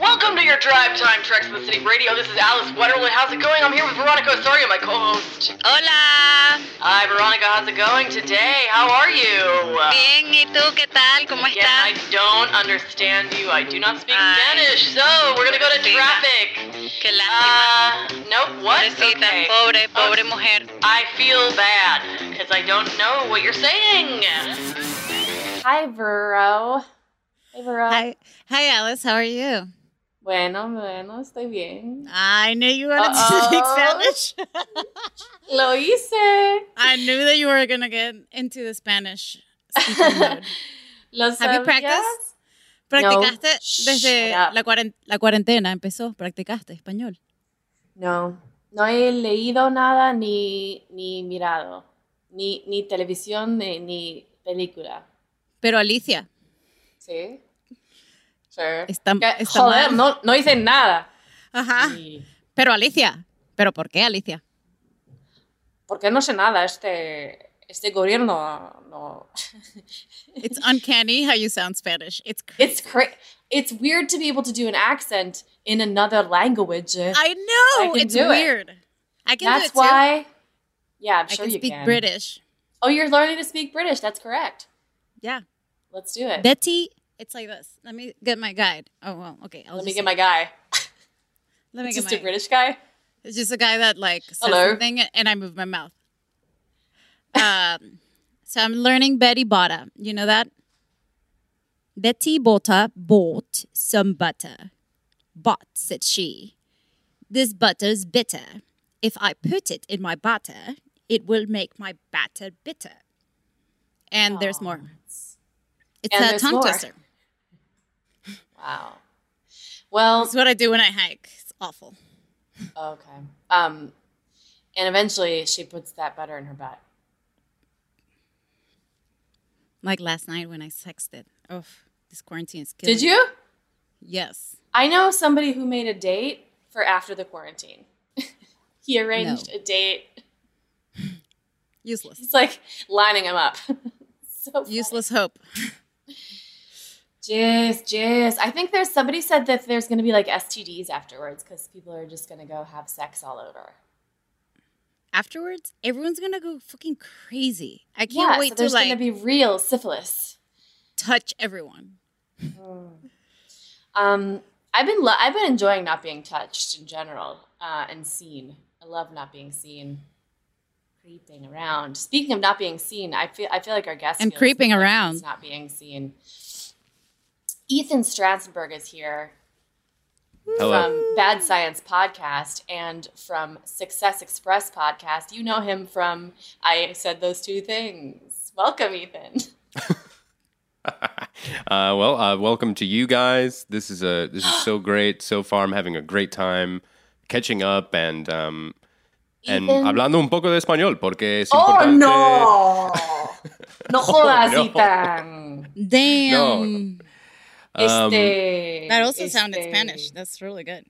Welcome to your drive time, Treks in the City Radio. This is Alice Wetterland. How's it going? I'm here with Veronica Osorio, my co-host. Hola, Hi, Veronica. How's it going today? How are you? Ah. bien, ¿y tú qué tal? ¿Cómo Again, I estás? don't understand you. I do not speak Ay. Spanish, so we're gonna go to Pobrecita. traffic. Qué lástima. ah, Uh, nope. What? Pobrecita, Okay. pobre, Oh, pobre mujer. I feel bad because I don't know what you're saying. Hi, Vero. Hey, Vero. Hi, hi, Alice. How are you? Bueno, bueno, estoy bien. I knew you wanted to speak Spanish. Lo hice. I knew that you were gonna get into the Spanish speaking mode. Lo Have you sabías? practiced? Practicaste Shh, desde shut up. la, cuaren- la cuarentena empezó. Practicaste español. No, no he leído nada ni, ni mirado, ni, ni televisión ni, ni película. Pero Alicia, ¿Sí? Sure. Está- Que- está joder, mal. no, no hice nada. ajá. Y- Pero Alicia, pero ¿por qué Alicia? ¿Por qué no sé nada? Este, este gobierno no. It's uncanny how you sound Spanish. It's crazy. It's cra- It's weird to be able to do an accent in another language. I know I can it's do it. weird. I can do That's it too. why. Yeah, I'm I sure can you speak can. British. Oh, you're learning to speak British. That's correct. Yeah, Let's do it. Betty. It's like this. Let me get my guide. Oh well, okay. I'll Let just me get my guy. Let me It's get just a my- British guy. It's just a guy that like says Hello. something and I move my mouth. Um, so I'm learning Betty Botta. You know that? Betty Botta bought some butter. But, said she, this butter's bitter. If I put it in my batter, it will make my batter bitter. And there's more. It's And a there's tongue more. twister. Wow. Well, oh, That's what I do when I hike. It's awful. okay. Um, and eventually she puts that butter in her butt. Like last night when I sexted. Oh, this quarantine is killing Did me. you? Yes. I know somebody who made a date for after the quarantine. he arranged a date. Useless. He's like lining him up. so funny. Useless hope. Jizz, jizz. I think there's somebody said that there's going to be like STDs afterwards because people are just going to go have sex all over. Afterwards, everyone's gonna go fucking crazy. I can't yeah, wait so to there's like going to be real syphilis. touch everyone. Um, I've been lo- I've been enjoying not being touched in general uh, and seen. I love not being seen, creeping around. Speaking of not being seen, I feel I feel like our guest And feels creeping like around. he's not being seen. Ethan Strassenberg is here from Bad Science Podcast and from Success Express Podcast. You know him from I said those two things. Welcome, Ethan. Uh, well, uh, welcome to you guys. This is a this is so great so far. I'm having a great time catching up and um, and Ethan. hablando un poco de español porque es Oh, importante. Oh, no Oh, jodas, no. Ethan. Damn. Um, Este, That also sounded este- Spanish. That's really good.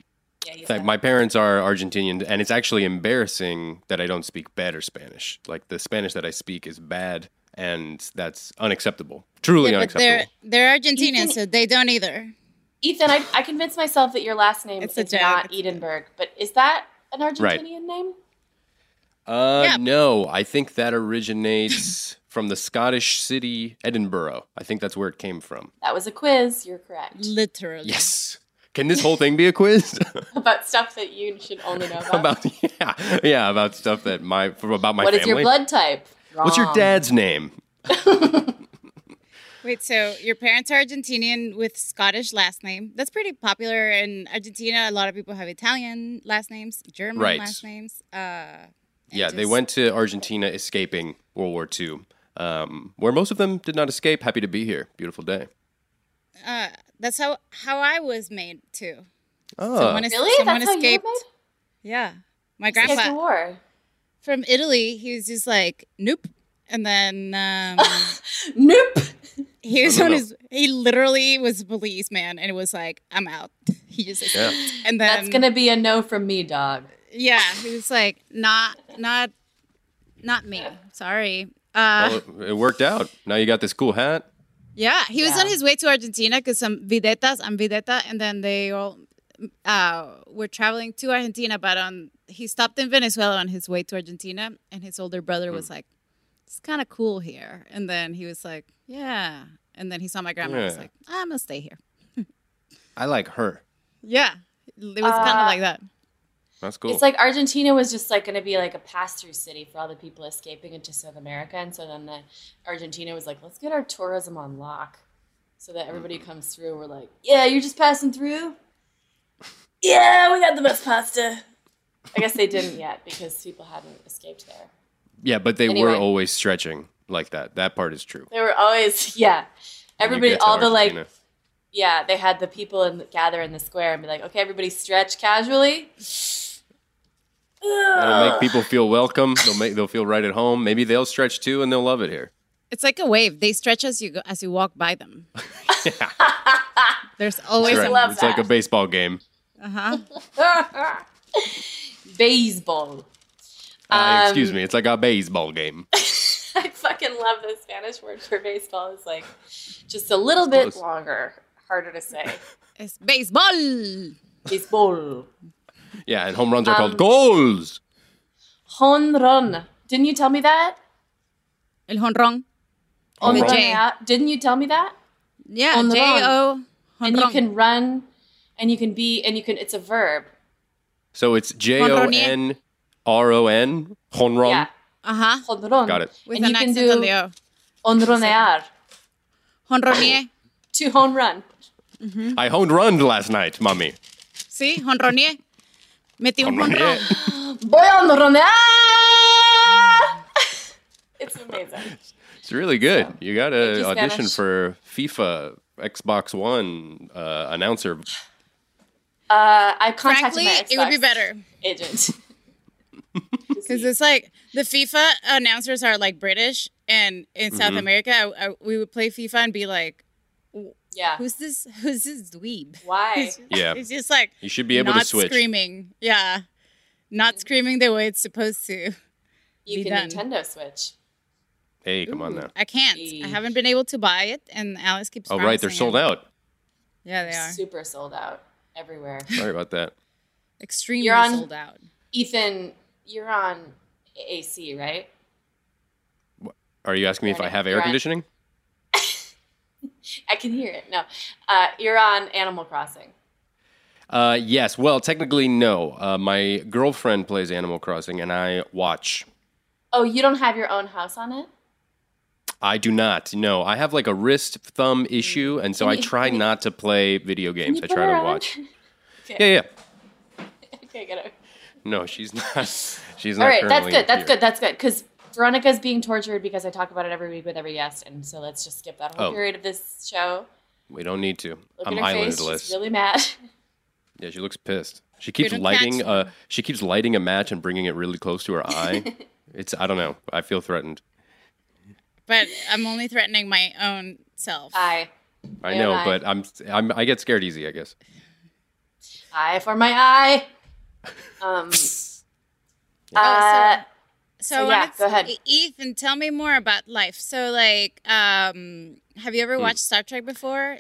Yeah, you In fact, said- my parents are Argentinian, and it's actually embarrassing that I don't speak better Spanish. Like the Spanish that I speak is bad, and that's unacceptable. Truly Yeah, but they're unacceptable. they're Argentinian, so they don't either. Ethan, I, I convinced myself that your last name It's a is joke, not it's Edinburgh, but is that an Argentinian Right. name? Uh, Yeah. No, I think that originates from the Scottish city Edinburgh. I think that's where it came from. That was a quiz. You're correct. Mm. Literally. Yes. Can this whole thing be a quiz About stuff that you should only know about. about yeah yeah about stuff that my from about my What is family? your blood type? What's your Wrong. dad's name? Wait, so your parents are Argentinian with Scottish last name. That's pretty popular in Argentina. A lot of people have Italian last names, German Right. last names. Uh, and Yeah, they just- went to Argentina escaping World War II, um, where most of them did not escape. Happy to be here. Beautiful day. Uh, that's how how I was made too. Oh, Someone es- Really? Someone That's how you escaped. were made? Yeah, my Escaped the grandpa war. from Italy. He was just like, nope, and then um, Nope. he was No, no, on no. his. He literally was a policeman, and it was like, I'm out. He just yeah. and then That's gonna be a no from me, dog. yeah, he was like, not not not me. Sorry. Uh, Well, it worked out. Now you got this cool hat. Yeah, he was Yeah. on his way to Argentina because some videtas, I'm videta, and then they all uh, were traveling to Argentina. But on he stopped in Venezuela on his way to Argentina, and his older brother was like, "It's kind of cool here." And then he was like, "Yeah," and then he saw my grandma. and was Yeah. like, "Ah, "I'm gonna stay here." I like her. Yeah, it was kind Uh, of like that. That's cool. It's like Argentina was just like gonna be like a pass-through city for all the people escaping into South America, and so then the Argentina was like, let's get our tourism on lock, so that everybody who comes through. We're like, yeah, you're just passing through. Yeah, we got the best pasta. I guess they didn't yet because people hadn't escaped there. yeah, but they were anyway. always stretching like that. That part is true. They were always yeah. When you Everybody, get to all the like Argentina. yeah, they had the people in, gather in the square and be like, okay, everybody stretch casually. It'll make people feel welcome. They'll make they'll feel right at home. Maybe they'll stretch too, and they'll love it here. It's like a wave; they stretch as you go, as you walk by them. There's always Right. love It's that. like a baseball game. uh huh. Baseball. Um, Uh, excuse me. It's like a baseball game. I fucking love the Spanish word for baseball. It's like just a little bit Close. longer, harder to say. It's baseball. Baseball. Yeah, and home runs are Um, called goals. Honron. Didn't you tell me that? El honrón. Home run. Jay. Honronear. Didn't you tell me that? Yeah, Honrón. J O. And you honrón. can run and you can be and you can it's a verb. So it's J O N R O N. Honron. Yeah. Uh-huh. Honron. Got it. With and an you can accent do on the O. honronear. Honronier. To home run. Mm-hmm. I honed run last night, mommy. See? Honronier. Metí un honrón. Voy a honronear. it's amazing. It's really good. You got Thank you, to audition Spanish. for FIFA Xbox One uh, announcer. Uh, I contacted Frankly, my it would be Xbox better. agent. Because it's like the FIFA announcers are like British. And in Mm-hmm. South America, I, I, we would play FIFA and be like, Yeah. who's this? Who's this dweeb? Why? It's- Yeah. It's just like, You should be able not to switch. screaming. Yeah. Not screaming the way it's supposed to. You be can done. Nintendo Switch. Hey, come on now. I can't. I Eesh. haven't been able to buy it. And Alice keeps Oh, right. They're promising sold it. out. Yeah, they are. Super sold out everywhere. Sorry about that. Extremely You're on- sold out. Ethan, you're on AC, right? Are you asking me if I have air Right. conditioning? I can hear it. No, uh, you're on Animal Crossing. Uh, yes. Well, technically, no. Uh, my girlfriend plays Animal Crossing, and I watch. Oh, you don't have your own house on it? I do not. No, I have like a wrist thumb issue, and so I try not to play video games. I put try her to on? watch. Yeah, yeah. Okay, get it. No, she's not. She's not. All right, that's currently good. That's here. good. That's good. Because Veronica's being tortured because I talk about it every week with every guest, and so let's just skip that whole Oh. period of this show. We don't need to. Look I'm at her face; islandless. she's really mad. Yeah, she looks pissed. She keeps don't lighting catch uh she keeps lighting a match and bringing it really close to her eye. it's I don't know. I feel threatened. But I'm only threatening my own self. I, I Yeah, know, right. but I'm, I'm I get scared easy, I guess. eye for my eye. Um. uh, Oh, so so I yeah, wanted to- go ahead. E- Ethan, tell me more about life. Hmm. So, like, um, have you ever watched Star Trek before?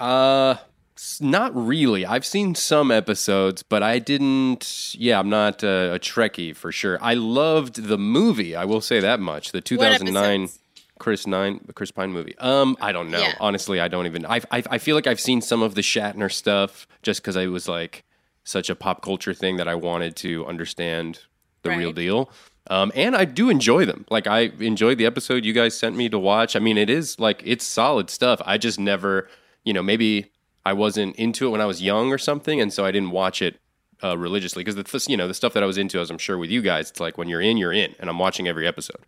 Uh, s- not really. I've seen some episodes, but I didn't. Yeah, I'm not uh, a Trekkie for sure. I loved the movie. I will say that much. The 2009 episodes? Chris Nine Chris Pine movie. Um, I don't know. Yeah. Honestly, I don't even. I, I I feel like I've seen some of the Shatner stuff just because it was like such a pop culture thing that I wanted to understand the real Right. deal. Um, and I do enjoy them. Like I enjoyed the episode you guys sent me to watch. I mean, it is like it's solid stuff. I just never, you know, maybe I wasn't into it when I was young or something, and so I didn't watch it uh, religiously because the th- you know the stuff that I was into, as I'm sure with you guys, it's like when you're in, you're in, and I'm watching every episode.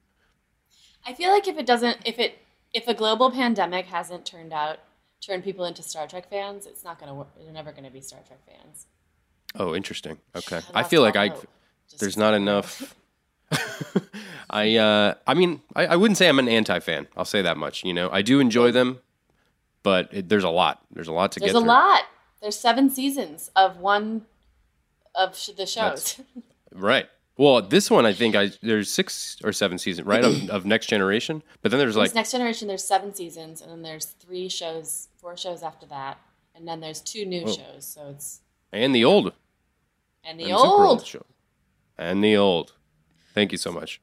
I feel like if it doesn't, if it, if a global pandemic hasn't turned out, turned people into Star Trek fans, it's not gonna work. They're never gonna be Star Trek fans. Oh, interesting. Okay, And I that's feel all like I hope. Just- there's not enough. I uh, I mean, I, I wouldn't say I'm an anti fan. I'll say that much. You know, I do enjoy them, but it, there's a lot. There's a lot to There's get. a through. lot. There's seven seasons of one of sh- the shows. That's- Right. Well, this one I think I there's six or seven seasons, right, of, of Next Generation. But then there's like There's Next Generation. There's seven seasons, and then there's three shows, four shows after that, and then there's two new shows. So it's and the old and the and super old. show. and the old. Thank you so much.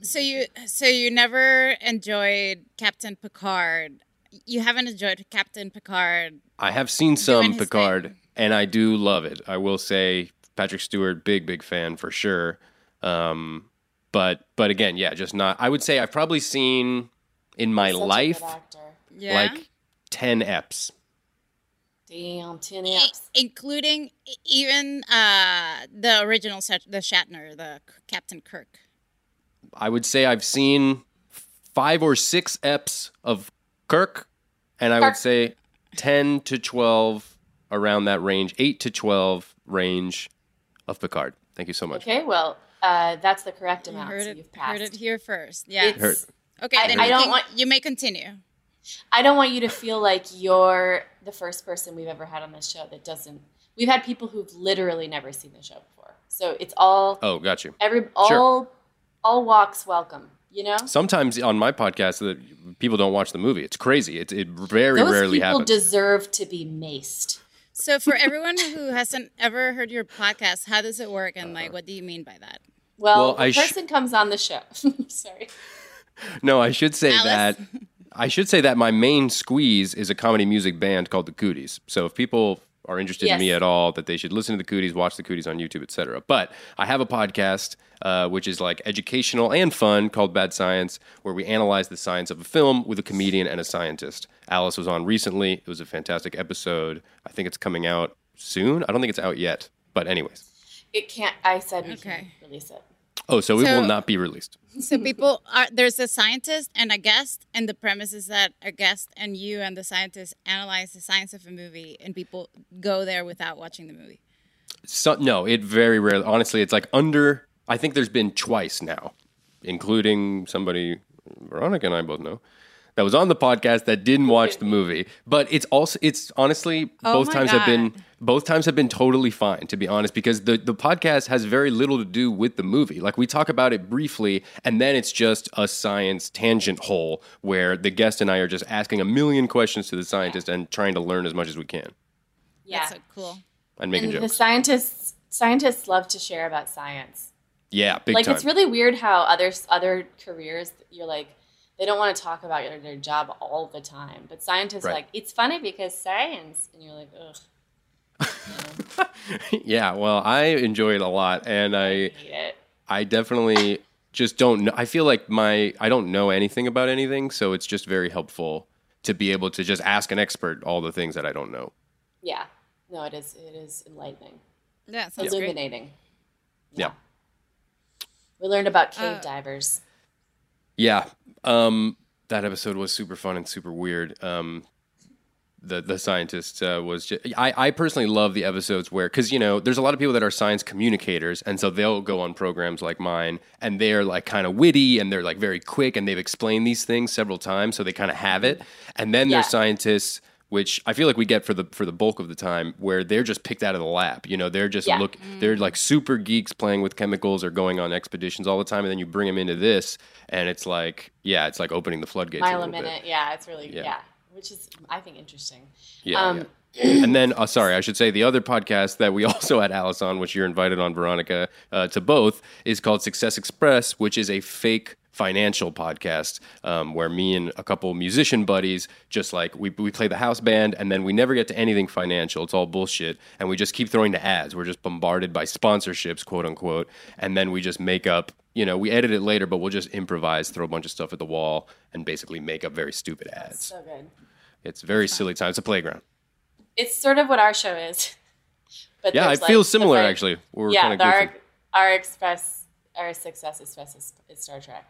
So you so you never enjoyed Captain Picard. You haven't enjoyed Captain Picard. I have seen some his Picard, and I do love it. I will say Patrick Stewart, big big fan for sure. Um, but but again, yeah, just not. I would say I've probably seen in my Such a good life actor. Yeah. like ten eps. Damn, ten I- apps. including e- even uh the original Shat- the Shatner, the C- Captain Kirk. I would say I've seen five or six eps of Kirk, and I would say 10 to 12 around that range, 8 to 12 range of Picard. Thank you so much. Okay, well, uh, that's the correct You amount. heard so it you've passed. heard it here first. Yeah. It's- Heard. Okay, I- then I you don't can- want- you may continue. I don't want you to feel like you're the first person we've ever had on this show that doesn't. We've had people who've literally never seen the show before. So it's all Oh, got you. every all all walks welcome. You know, Sometimes on my podcast, the, people don't watch the movie. It's crazy. It, it very those rarely people happens. deserve to be maced. So for everyone who hasn't ever heard your podcast, how does it work and Uh-huh. like what do you mean by that? Well, Well, I the sh- person comes on the show. Sorry. no, I should say Alice? that. I should say that my main squeeze is a comedy music band called the Cooties. So if people are interested Yes. in me at all, that they should listen to the Cooties, watch the Cooties on YouTube, etc. But I have a podcast uh, which is like educational and fun called Bad Science, where we analyze the science of a film with a comedian and a scientist. Alice was on recently; it was a fantastic episode. I think it's coming out soon. I don't think it's out yet, but anyways. It can't. I said we Okay. can release it. Oh, so, it So- will not be released. Mm-hmm. So people are there's a scientist and a guest, and the premise is that a guest and you and the scientist analyze the science of a movie, and people go there without watching the movie. So, no, it very rarely. Honestly, it's like under. I think there's been twice now, including somebody Veronica and I both know that was on the podcast that didn't watch the movie. But it's also it's honestly both Oh my times have been God. both times have been totally fine to be honest because the the podcast has very little to do with the movie. Like we talk about it briefly and then it's just a science tangent hole where the guest and I are just asking a million questions to the scientist and trying to learn as much as we can Yeah. That's so cool. and making and the jokes. scientists scientists love to share about science. yeah, big like time. it's really weird how other other careers you're like they don't want to talk about your, their job all the time, but scientists are Right. like it's funny because science, and you're like ugh, yeah well i enjoy it a lot and i I hate it. i definitely just don't know i feel like my i don't know anything about anything so it's just very helpful to be able to just ask an expert all the things that i don't know Yeah, no, it is it is enlightening, Yeah, sounds great. illuminating. yeah We learned about cave divers. yeah um that episode was super fun and super weird um the the scientist uh, was just I, I personally love the episodes where because you know there's a lot of people that are science communicators and so they'll go on programs like mine and they're like kind of witty and they're like very quick and they've explained these things several times so they kind of have it and then Yeah. there's scientists which I feel like we get for the for the bulk of the time where they're just picked out of the lab you know they're just Yeah. Mm. look they're like super geeks playing with chemicals or going on expeditions all the time and then you bring them into this and it's like yeah it's like opening the floodgates a Mile a little bit. minute, yeah, it's really yeah. Yeah. yeah. which is I think interesting. Yeah. Um, yeah. and then, uh, sorry, I should say the other podcast that we also had Alice on, which you're invited on, Veronica, uh, to both, is called Success Express, which is a fake financial podcast um, where me and a couple musician buddies just like we, we play the house band and then we never get to anything financial it's all bullshit and we just keep throwing to ads we're just bombarded by sponsorships quote unquote and then we just make up you know we edit it later but we'll just improvise throw a bunch of stuff at the wall and basically make up very stupid ads So good. it's very silly time. It's a playground. It's sort of what our show is. But Yeah, there's, it feels like, similar the- actually. We're yeah, kind the, of our, our express, our success express is, is Star Trek.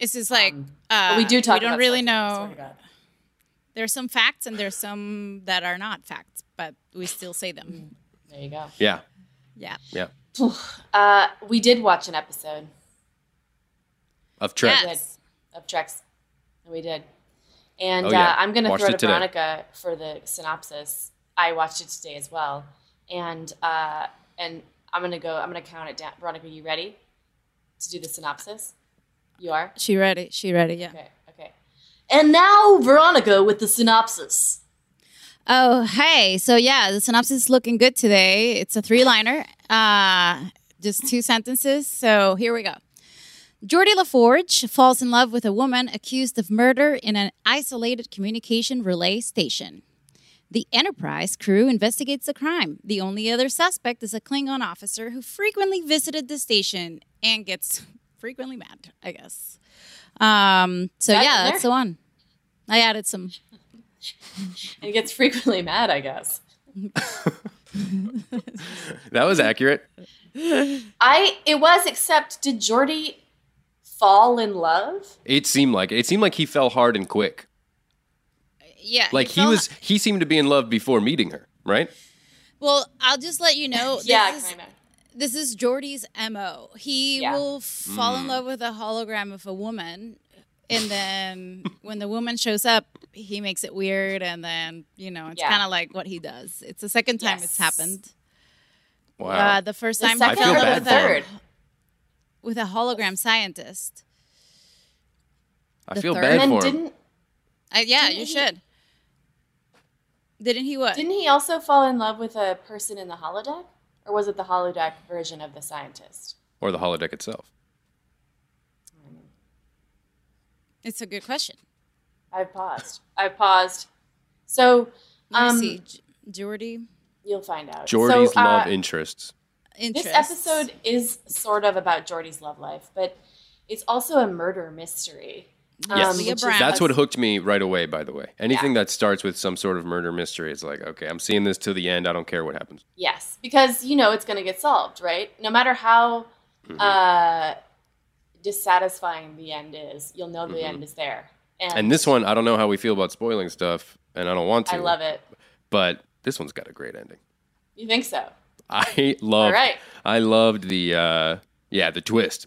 It's just like um, But uh, we do talk. We don't about really Star Trek, I swear know. to God. There's some facts and there's some that are not facts, but we still say them. There you go. Yeah, Yeah. yeah. Uh, we did watch an episode Of Trek. Yeah. good, of Treks. We did. And Oh, yeah. uh, I'm going to Watched throw it to today. Veronica for the synopsis. I watched it today as well. And uh, and I'm going to go, I'm going to count it down. Veronica, you ready to do the synopsis? You are? She ready. She ready. Yeah. Okay, okay. And now Veronica with the synopsis. Oh, hey. So yeah, the synopsis is looking good today. It's a three-liner, uh, just two sentences. So here we go. Jordi LaForge falls in love with a woman accused of murder in an isolated communication relay station. The Enterprise crew investigates the crime. The only other suspect is a Klingon officer who frequently visited the station and gets frequently mad, I guess. Um, so That yeah, in that's there? the one. I added some And he gets frequently mad, I guess. That was accurate. I it was except did Jordy fall in love? It seemed like it seemed like he fell hard and quick. yeah. Like he fell- was he seemed to be in love before meeting her, right? Well, I'll just let you know. This yeah, is, kind of. This is Jordy's mo. He Yeah. will fall Mm. in love with a hologram of a woman, and then when the woman shows up, he makes it weird, and then you know it's Yeah. kind of like what he does. It's the second time it's Yes. happened. Wow. Uh, the first The time second feel or bad the for him. third. with a hologram scientist. I the feel third- bad And then for him. didn't Uh, yeah, Didn't you he- should. Didn't he what? Didn't he also fall in love with a person in the holodeck? Or was it the holodeck version of the scientist? Or the holodeck itself. it's a good question. I've paused. I've paused. So Let me um, see. J- Jordy you'll find out. Jordy's so, uh, love interests. This interest. episode is sort of about Jordy's love life, but it's also a murder mystery. Yes. which is- Brown. That's what hooked me right away, by the way. Anything that starts with some sort of murder mystery is like, okay, I'm seeing this to the end. I don't care what happens. Yes, because you know it's going to get solved, right? No matter how Mm-hmm. uh, dissatisfying the end is, you'll know the end is there. And, Mm-hmm. And this one, I don't know how we feel about spoiling stuff, and I don't want to. I love it. But this one's got a great ending. You think so? I loved. right. I loved the uh, yeah the twist.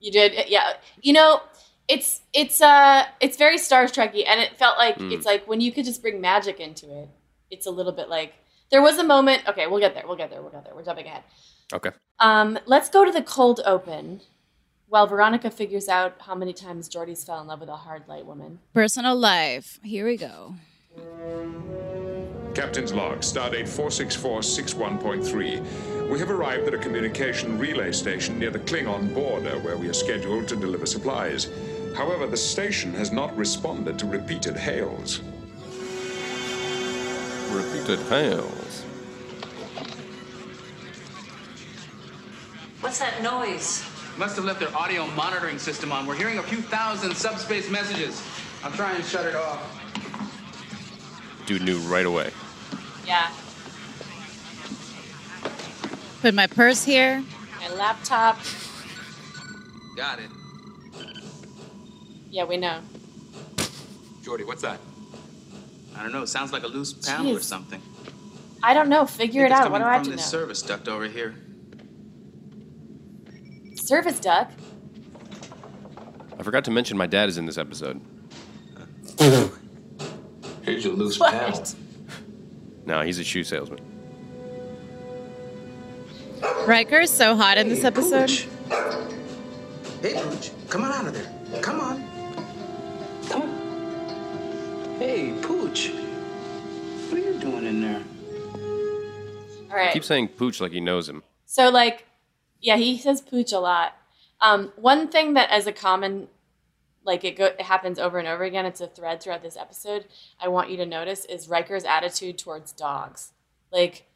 You did, eh, yeah. You know, it's it's uh it's very Star Trekky, and it felt like Hmm. it's like when you could just bring magic into it. It's a little bit like there was a moment. Okay, we'll get there. We'll get there. We'll get there. We're jumping ahead. Okay. Um, let's go to the cold open. While Veronica figures out how many times Jordy's fell in love with a hard light woman. personal life. Here we go. Captain's log, stardate 46461.3. We have arrived at a communication relay station near the Klingon border where we are scheduled to deliver supplies. However, the station has not responded to repeated hails. Repeated hails. What's that noise? Must have left their audio monitoring system on. We're hearing a few thousand subspace messages. I'll try and shut it off. Dude knew right away. Yeah, Put my purse here. my laptop. Got it. Yeah, we know. Jordy, what's that? I don't know. Sounds like a loose panel or Jeez. something. I don't know. Figure it Think it's out. What do coming I have from to know? this service duct over here. Service duck. I forgot to mention my dad is in this episode. Here's your loose What? panel. No, he's a shoe salesman. Riker is so hot in this episode. Pooch. Hey, Pooch, come on out of there. Come on. Come on. Hey, Pooch. What are you doing in there? All right. Keep saying pooch like he knows him. So like, yeah, he says pooch a lot. Um, one thing that as a common, like it, go, it happens over and over again. It's a thread throughout this episode. I want you to notice is Riker's attitude towards dogs. Like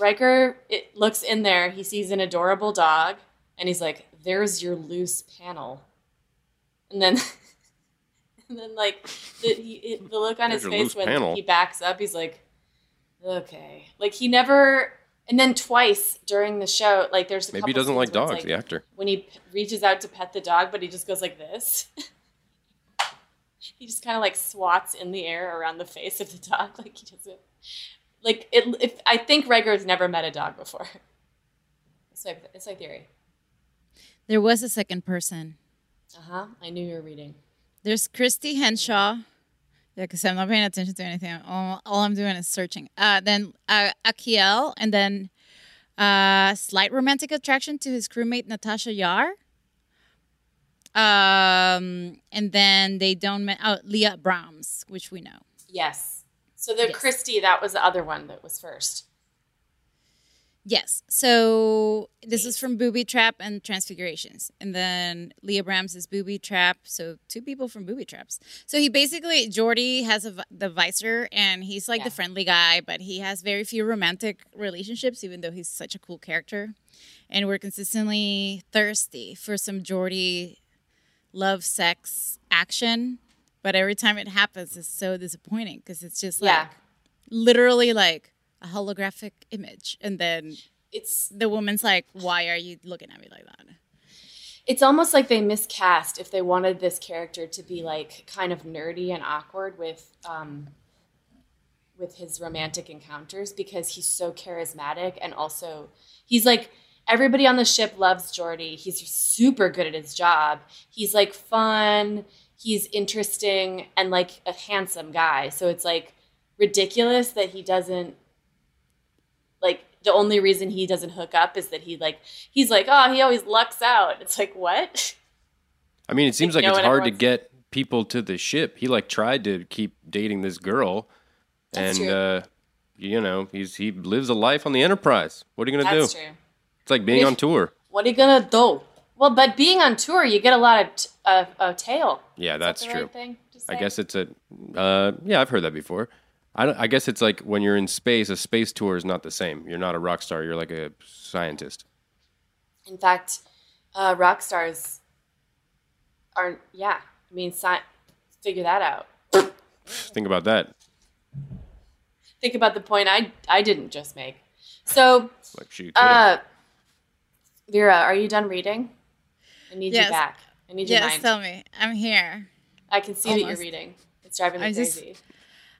Riker, it looks in there. He sees an adorable dog, and he's like, "There's your loose panel," and then. And then, like the, he, it, the look on There's his your face loose when panel. he backs up, he's like, "Okay." Like he never. And then twice during the show, like there's a Maybe he couple doesn't like scenes where it's dogs, the actor. when he p- reaches out to pet the dog, but he just goes like this. he just kind of like swats in the air around the face of the dog, like he doesn't. Like it, if I think Riker's never met a dog before. It's my, it's my theory. There was a second person. Uh huh. I knew you were reading. There's Christy Henshaw. Yeah, because I'm not paying attention to anything. All, all I'm doing is searching. Uh, then uh, Akiel, and then uh, slight romantic attraction to his crewmate Natasha Yar. Um, and then they don't. Men- oh, Leah Brahms, which we know. Yes. So the Christie, that was the other one that was first. Yes. So this is from Booby Trap and Transfigurations. And then Leah Brahms is Booby Trap. So two people from Booby Traps. So he basically, Jordy has a, vi- the visor and he's like the friendly guy, but he has very few romantic relationships, even though he's such a cool character. And we're consistently thirsty for some Jordy love, sex, action. But every time it happens, it's so disappointing because it's just like Yeah. literally like a holographic image and then it's the woman's like why are you looking at me like that It's almost like they miscast if they wanted this character to be like kind of nerdy and awkward with um, with his romantic encounters because he's so charismatic and also he's like everybody on the ship loves Jordy. He's super good at his job. He's like fun. He's interesting and like a handsome guy. So it's like ridiculous that he doesn't like the only reason he doesn't hook up is that he like he's like oh he always lucks out it's like what I mean, it seems like no it's one hard to ever wants- get people to the ship. He like tried to keep dating this girl, That's and true. uh, you know, he's he lives a life on the Enterprise. What are you gonna that's do? true It's like being If- on tour. what are you gonna do well but being on tour you get a lot of t- of, of tail Yeah, that's the right true. thing to I say? guess it's a uh, yeah. I've heard that before. I, don't- I guess it's like when you're in space, a space tour is not the same. You're not a rock star. You're like a scientist. in fact uh, rock stars aren't yeah i mean sci- figure that out Think about that. think about the point i i didn't just make so Like she. uh vera are you done reading i need Yes. you back i need your yes mind tell me i'm here i can see that Almost. you're reading it's driving me I just- crazy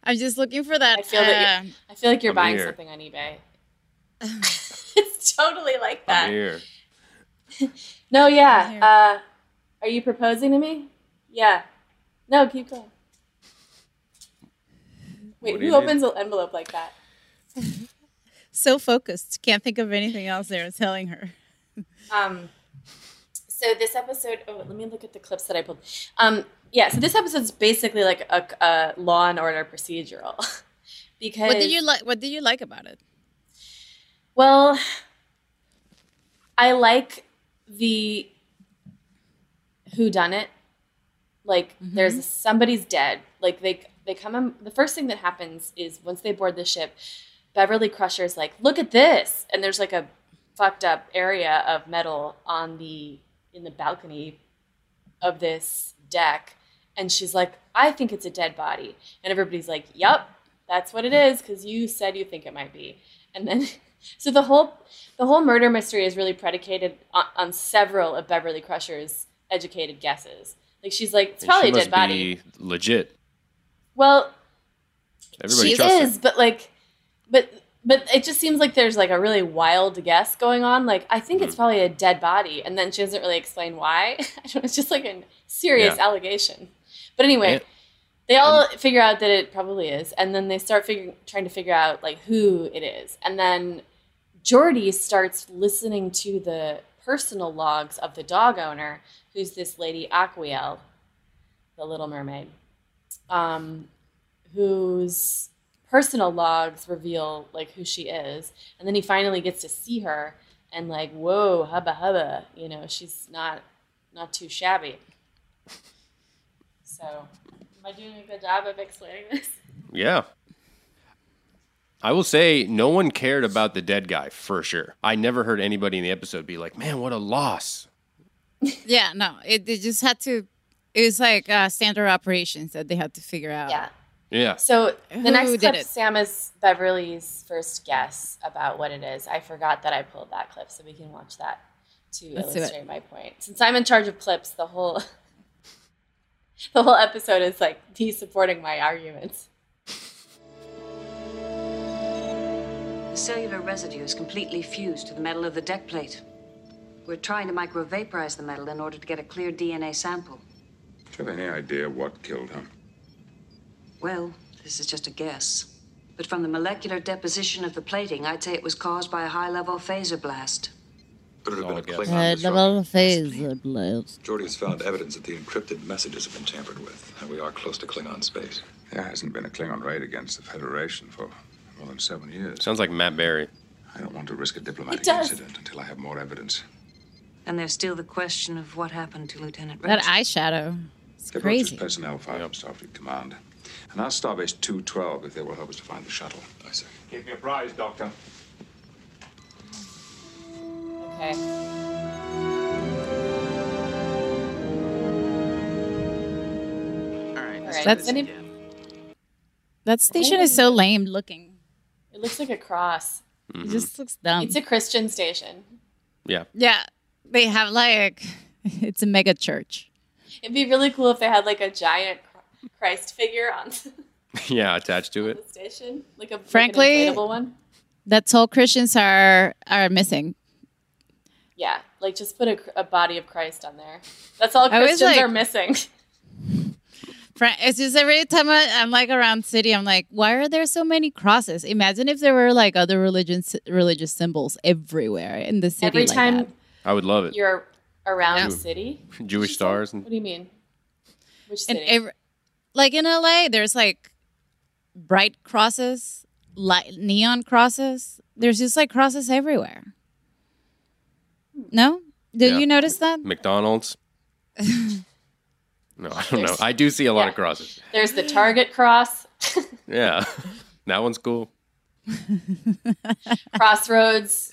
i'm just looking for that I feel that uh, you I feel like you're I'm buying here. something on eBay. it's totally like I'm that. here. No, I'm yeah. here. Uh, are you proposing to me? Yeah. No, keep going. Wait, What do you who mean? opens an envelope like that? so focused can't think of anything else they were telling her Um, so this episode, oh, let me look at the clips that I pulled. Um, yeah, so this episode's basically like a, a Law and Order procedural. because what did you like what did you like about it Well, I like the who done it. Like there's somebody's dead. Like they they come in, the first thing that happens is once they board the ship, Beverly Crusher's like, "Look at this." And there's like a fucked up area of metal on the in the balcony of this deck and she's like, "I think it's a dead body." And everybody's like, "Yup, that's what it is cuz you said you think it might be." And then so the whole the whole murder mystery is really predicated on, on several of Beverly Crusher's educated guesses. Like she's like, "It's She probably a must dead body." Be legit. Well, Everybody she trusts her. is, but like, but but it just seems like there's like a really wild guess going on. Like, I think Mm-hmm. it's probably a dead body, and then she doesn't really explain why. I don't know, it's just like a serious Yeah. allegation. But anyway, And- they all figure out that it probably is, and then they start figuring, trying to figure out like who it is, and then Jordy starts listening to the personal logs of the dog owner, who's this lady Aquiel, the Little Mermaid. Um, whose personal logs reveal like who she is, and then he finally gets to see her and like, whoa, hubba hubba, you know, she's not not too shabby. So, am I doing a good job of explaining this? Yeah. I will say no one cared about the dead guy for sure. I never heard anybody in the episode be like, man, what a loss. Yeah, no, it they just had to. It was like uh, standard operations that they had to figure out. Yeah. Yeah. So Who the next did clip, it? Sam is Beverly's first guess about what it is. I forgot that I pulled that clip, so we can watch that to Let's do it. illustrate my point. Since I'm in charge of clips, the whole the whole episode is like me supporting my arguments. The cellular residue is completely fused to the metal of the deck plate. We're trying to microvaporize the metal in order to get a clear DNA sample. Do you have any idea what killed her? Well, this is just a guess. But from the molecular deposition of the plating, I'd say it was caused by a high level phaser blast. Could it have been a Klingon Double phaser blast. Jordy has found evidence that the encrypted messages have been tampered with, and we are close to Klingon space. There hasn't been a Klingon raid against the Federation for more than seven years. Sounds like Matt Berry. I don't want to risk a diplomatic does. incident until I have more evidence. And there's still the question of what happened to Lieutenant That Rex. eyeshadow. It's They crazy. purchased personnel for Starfleet Command. And asked Starbase 212 if they will help us to find the shuttle. I see. Keep me apprised, Doctor. Okay. All right. All right. That's- Then it, That station is so lame looking. it looks like a cross. It just looks dumb. It's a Christian station. Yeah. yeah, they have like it's a mega church. It'd be really cool if they had like a giant Chr- Christ figure on the yeah, attached to it. station, like a Frankly- like an inflatable one. That's all Christians are are missing. Yeah, like just put a, cr- a body of Christ on there. That's all I was Christians like- are missing. Fra- It's just every time I, I'm like around city, I'm like, why are there so many crosses? Imagine if there were like other religions, religious symbols everywhere in the city. Every like time that. I would love it. you're around Yeah. the city. Jewish stars What and do you mean? Which in city? every, like in LA, there's like bright crosses, light neon crosses. There's just like crosses everywhere. No, did Yeah. you notice that? McDonald's. no, I don't know. I do see a lot of crosses. There's the Target cross, Yeah. that one's cool. Crossroads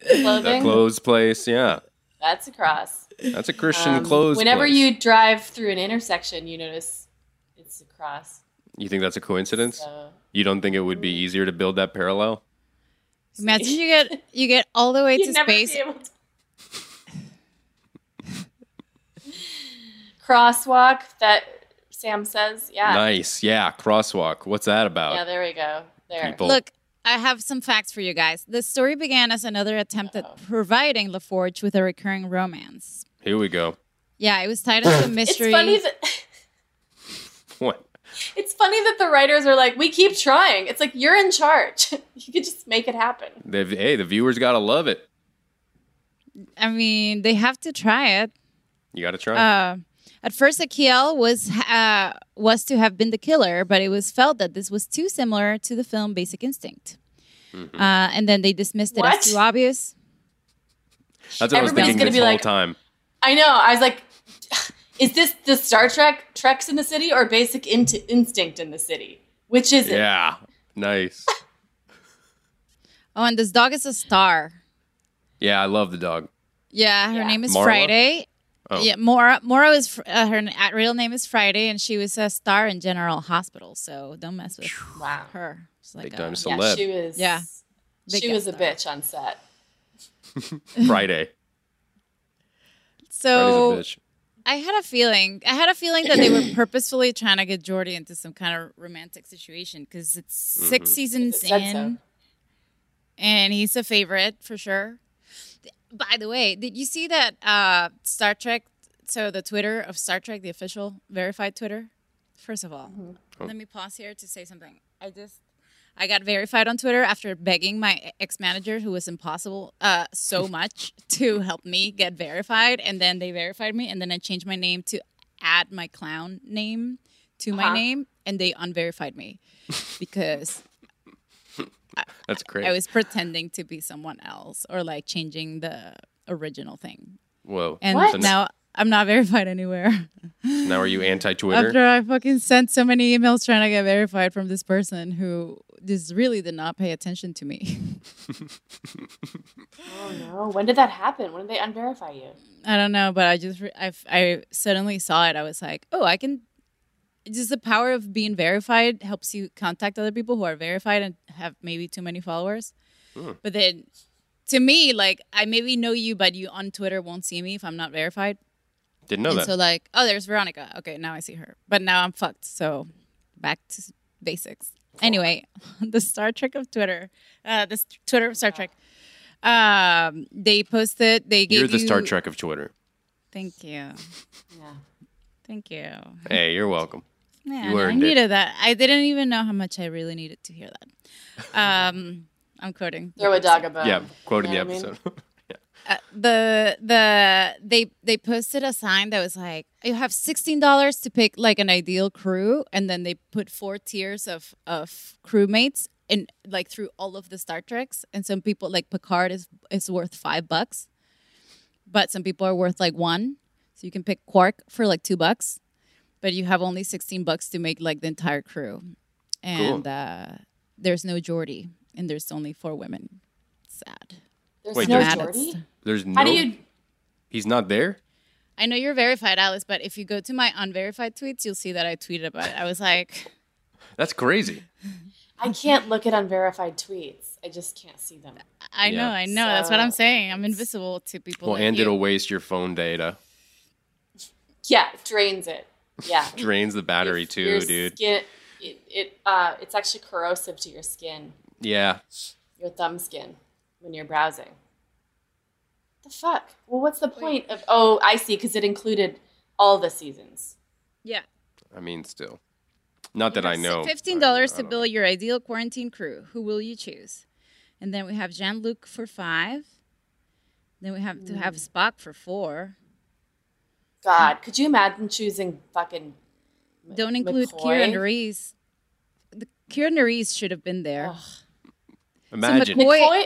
The clothing. clothes place. Yeah. That's a cross. That's a Christian Um, clothes Whenever place. you drive through an intersection, you notice it's a cross. You think that's a coincidence? So- You don't think it would be easier to build that parallel? Imagine you get you get all the way You'd to never be space. able to- Crosswalk that Sam says. Yeah. Nice. Yeah. Crosswalk. What's that about? Yeah, there we go. There. People. Look, I have some facts for you guys. The story began as another attempt Oh. at providing LaForge with a recurring romance. Here we go. Yeah, it was titled The Mystery. It's funny that What? it's funny that the writers are like, we keep trying. It's like you're in charge. you could just make it happen. The, hey, the viewers got to love it. I mean, they have to try it. You got to try. Uh, at first, Akiel was uh, was to have been the killer, but it was felt that this was too similar to the film Basic Instinct, uh, and then they dismissed it What? as too obvious. That's what I was everybody's thinking gonna this be whole like- time. I know. I was like, is this the Star Trek Treks in the City or Basic in- Instinct in the City? Which is it? Yeah. Nice. Oh, and this dog is a star. Yeah, I love the dog. Yeah, her name is Marla? Friday. Oh. Yeah, Mora. Mora is fr- uh, her n- uh, real name is Friday, and she was a star in General Hospital. So don't mess with Wow. her. It's like Big time Yeah, celeb. she was. Yeah. Big she was a guest bitch on set. Friday. So Friday's a bitch. I had a feeling. I had a feeling that they were purposefully trying to get Jordy into some kind of romantic situation because it's six Mhm. seasons It said in, so. and he's a favorite for sure. Th- By the way, did you see that uh, Star Trek? So the Twitter of Star Trek, the official verified Twitter. First of all, Mm-hmm. Oh. let me pause here to say something. I just I got verified on Twitter after begging my ex manager, who was impossible, uh, so much to help me get verified. And then they verified me. And then I changed my name to add my clown name to my name, and they unverified me because That's great. I was pretending to be someone else or like changing the original thing. Whoa. And So now I'm not verified anywhere. now are you After anti-Twitter? I fucking sent so many emails trying to get verified from this person who just really did not pay attention to me. Oh no! When did that happen? When did they unverify you? I don't know, but I just re- I, f- I suddenly saw it. I was like, oh, I can. Just the power of being verified helps you contact other people who are verified and have maybe too many followers. Mm. But then, to me, like I maybe know you, but you on Twitter won't see me if I'm not verified. Didn't know and that. So like, oh, there's Veronica. Okay, now I see her. But now I'm fucked. So back to basics. Anyway, the Star Trek of Twitter, uh, this Twitter of Star Trek. Um, they posted. They gave You're the Star you- Trek of Twitter. Thank you. Yeah. Thank you. Hey, you're welcome. Man, you I earned needed it. that. I didn't even know how much I really needed to hear that. Um, I'm quoting. Throw a dog a bone. Yeah, quoting You know the what Oh, I mean? episode. Uh, the the they they posted a sign that was like you have sixteen dollars to pick like an ideal crew, and then they put four tiers of of crewmates and like through all of the Star Treks, and some people like Picard is is worth five bucks, but some people are worth like one, so you can pick Quark for like two bucks, but you have only sixteen bucks to make like the entire crew, and Cool. uh, there's no Geordie, and there's only four women. Sad. There's Wait, no there's, Geordi? there's no. How do you- He's not there. I know you're verified, Alice, but if you go to my unverified tweets, you'll see that I tweeted about it. I was like, That's crazy. I can't look at unverified tweets. I just can't see them. I Yeah. know, I know. That's what I'm saying. I'm invisible to people. Well, like and you. it'll waste your phone data. Yeah, it drains it. Yeah. Drains the battery too, Your dude. Skin, it, it uh, it's actually corrosive to your skin, Yeah. your thumb skin, when you're browsing. The fuck. Well, what's the point of? Oh, I see, because it included all the seasons. Yeah. I mean, still. Not that I know. Fifteen dollars to build your ideal quarantine crew. Who will you choose? And then we have Jean Luc for five. Then we have to Mm. have Spock for four. God, could you imagine choosing fucking? M- Don't include McCoy? Kieran Reese. The Kieran Reese should have been there. Imagine. McCoy.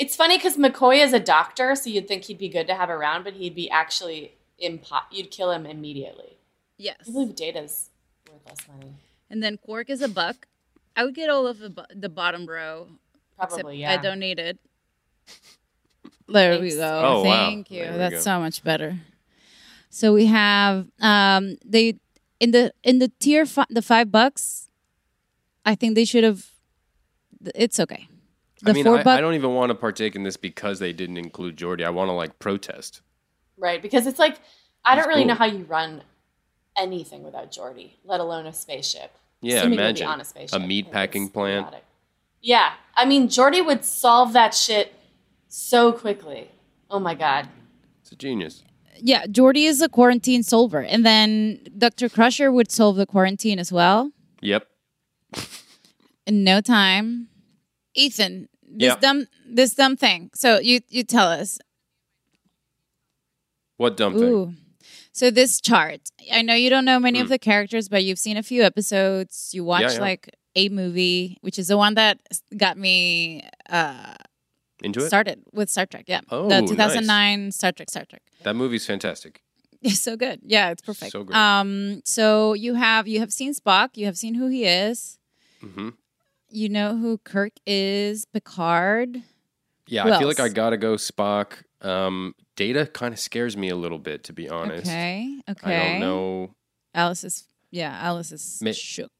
It's funny because McCoy is a doctor, so you'd think he'd be good to have around, but he'd be actually impo- You'd kill him immediately. Yes. I believe Data's worth less money. And then Quark is a buck. I would get all of the, bo- the bottom row. except Probably, yeah. I don't need it. There we Thanks. go. Oh, wow. Thank you. There we That's go. so much better. So we have um they in the in the tier fi- the five bucks. I think they should have. It's okay. The I mean, four I, buck. I don't even want to partake in this because they didn't include Jordy. I want to like protest. Right, because it's like I He's don't really know cool. how you run anything without Jordy, let alone a spaceship. Yeah, Assuming you'll be imagine on a spaceship. meat packing plant. Yeah, I mean Jordy would solve that shit so quickly. Oh my god. It's a genius. yeah, Jordy is a quarantine solver, and then Doctor Crusher would solve the quarantine as well. Yep. in no time. Ethan, this Yeah. dumb this dumb thing. So you you tell us. What dumb thing? Ooh. So this chart. I know you don't know many of the characters, but you've seen a few episodes. You watched Mm. yeah. like a movie, which is the one that s- got me uh Into it. started with Star Trek. Yeah. Oh, the nice. 2009 Star Trek Star Trek. That movie's fantastic. It's so good. Yeah, it's perfect. So great. Um so you have you have seen Spock, you have seen who he is. hmm You know who Kirk is, Picard. Yeah, Who I feel like I else? gotta go Spock. Um, Data kind of scares me a little bit, to be honest. Okay. Okay. I don't know. Alice is yeah, Alice is Ma- shook.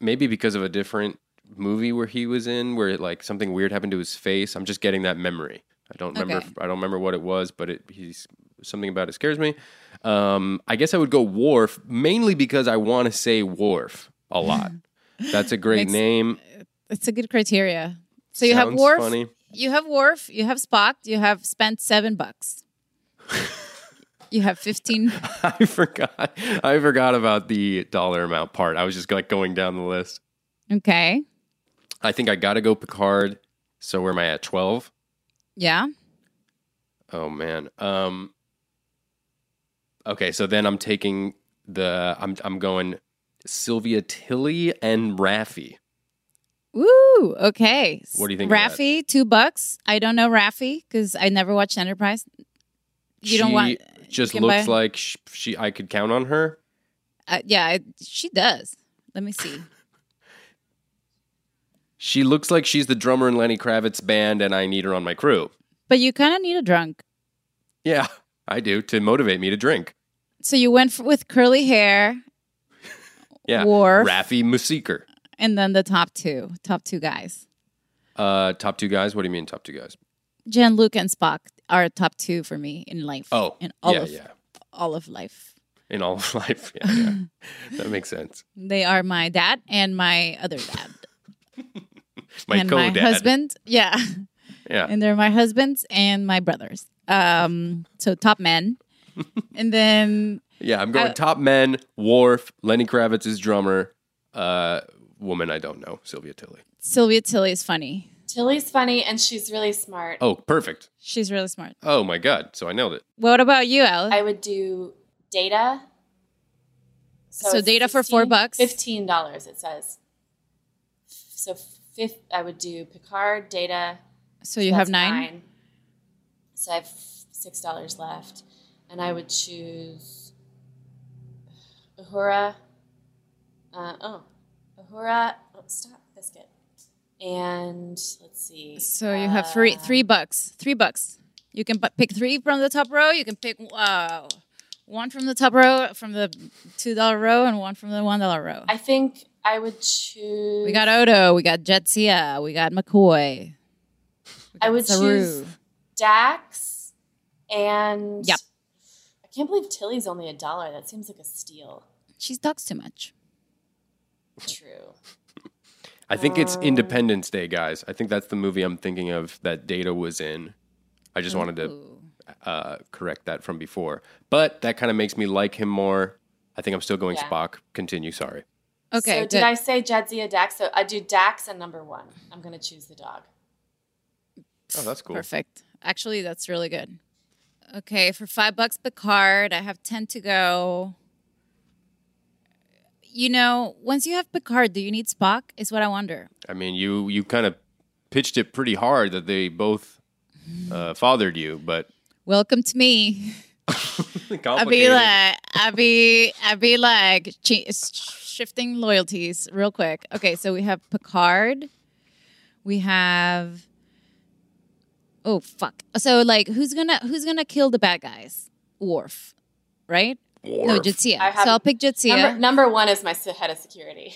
Maybe because of a different movie where he was in, where it, like something weird happened to his face. I'm just getting that memory. I don't remember. Okay. If, I don't remember what it was, but it he's something about it scares me. Um, I guess I would go Worf mainly because I want to say Worf a lot. That's a great Makes- name. It's a good criteria. So you have Sounds Worf, funny. you have Worf, you have Spock, you have spent seven bucks. you have fifteen. I forgot. I forgot about the dollar amount part. I was just like going down the list. Okay. I think I gotta go Picard. So where am I at? Twelve. Yeah. Oh man. Um. Okay, so then I'm taking the. I'm I'm going Sylvia Tilly and Raffi. Woo. Okay. What do you think of that? Raffi, two bucks. I don't know Raffi because I never watched Enterprise. You don't She want. Just you can buy- looks like she, she. I could count on her. Uh, yeah, I, she does. Let me see. She looks like she's the drummer in Lenny Kravitz's band, and I need her on my crew. But you kind of need a drunk. Yeah, I do to motivate me to drink. So you went f with curly hair Yeah, Worf. Raffi Musiker. and then the top two, top two guys. Uh, top two guys. What do you mean, top two guys? Jan Luke and Spock are top two for me in life. Oh, in all yeah, of yeah. all of life. In all of life, yeah, yeah. that makes sense. They are my dad and my other dad My and co-dad. my husband. Yeah. Yeah. And they're my husbands and my brothers. Um, so top men. and then Yeah, I'm going I- top men, Worf, Lenny Kravitz's drummer, uh, woman I don't know, Sylvia Tilly. Sylvia Tilly is funny. Tilly's funny and she's really smart. Oh, perfect. She's really smart. Oh my god, so I nailed it. What about you, Alice? I would do data. So it's data for four 15 bucks? Fifteen dollars, it says. So fifth, I would do Picard data. So you have that's nine? So I have six dollars left, and I would choose Uhura. Uh, oh, Uhura. Oh, stop, biscuit. And let's see. So you have Uh, three three bucks. Three bucks. You can bu- pick three from the top row. You can pick uh, one from the top row, from the two dollar row, and one from the one dollar row. I think I would choose. We got Odo. We got Jetsia. We got McCoy. I would Saru. choose Dax and Yep. I can't believe Tilly's only a dollar. That seems like a steal. She talks too much. True. I think it's Um, Independence Day, guys. I think that's the movie I'm thinking of that Data was in. I just wanted to uh, correct that from before, but that kind of makes me like him more. I think I'm still going Yeah. Spock. Continue. Sorry. Okay, So good. did I say Jadzia Dax? So I do Dax and number one. I'm gonna choose the dog. Oh, that's cool. Perfect. Actually, that's really good. Okay, for five bucks Picard, I have ten to go. You know, once you have Picard, do you need Spock? Is what I wonder. I mean, you you kind of pitched it pretty hard that they both uh, fathered you, but Welcome to me. I'd be complicated. like, I'd be, I'd be like chi- shifting loyalties real quick. Okay, so we have Picard. We have. Oh fuck! So like, who's gonna who's gonna kill the bad guys? Worf, right? No, Worf. I Jadzia. have- So I'll pick Jadzia. Number, number one is my se- head of security.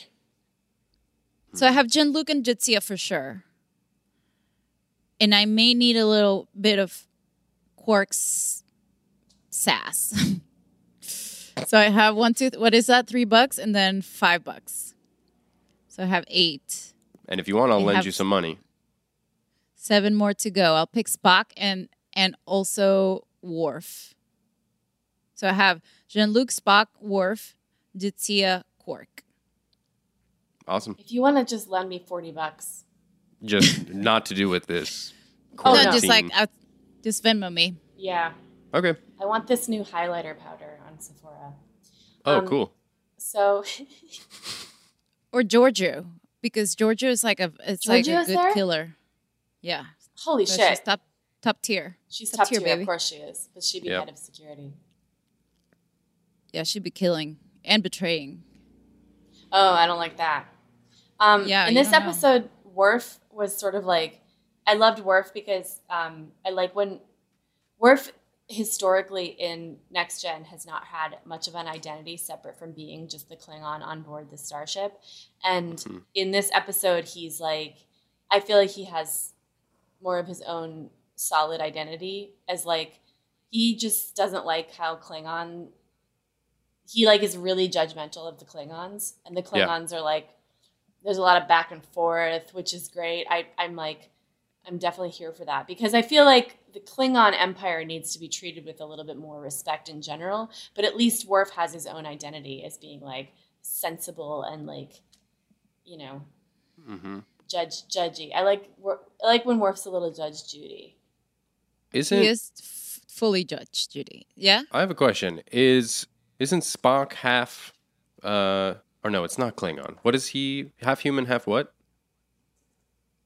So I have Jin Luke and Jadzia for sure. And I may need a little bit of Quark's sass. so I have one, two, th- what is that? Three bucks and then five bucks. So I have eight, and if you want, I'll They lend have- you some money. seven more to go. I'll pick Spock and and also Worf. So I have Jean Luc, Spock, Worf, Jadzia, Quark. Awesome. If you want to just lend me forty bucks, Just not to do with this. Oh, Quarantine. no, just like, out, just Venmo me. yeah. okay. I want this new highlighter powder on Sephora. Oh, Um, cool. So or Giorgio because Giorgio is like a it's like a Giorgio's good there? killer. Yeah. holy So shit, She's top top tier. she's top top, tier, tier. baby. Of course she is, but she'd be Yep. head of security. Yeah, she'd be killing and betraying. Oh, I don't like that. Um, Yeah, in you this don't know. episode, Worf was sort of like I loved Worf because um, I like when Worf historically in Next Gen has not had much of an identity separate from being just the Klingon on board the starship, and Mhm. in this episode, he's like I feel like he has more of his own solid identity as like he just doesn't like how Klingon he like is really judgmental of the Klingons and the Yeah. Klingons are like there's a lot of back and forth, which is great. I I'm like I'm definitely here for that because I feel like the Klingon Empire needs to be treated with a little bit more respect in general, but at least Worf has his own identity as being like sensible and like you know Mm-hmm. judge judgy. I like Wor- I like when Worf's a little Judge Judy. Isn't he is f- fully judged, Judy. Yeah? I have a question. Is isn't Spock half uh Or no, it's not Klingon. What is he? Half human, half what?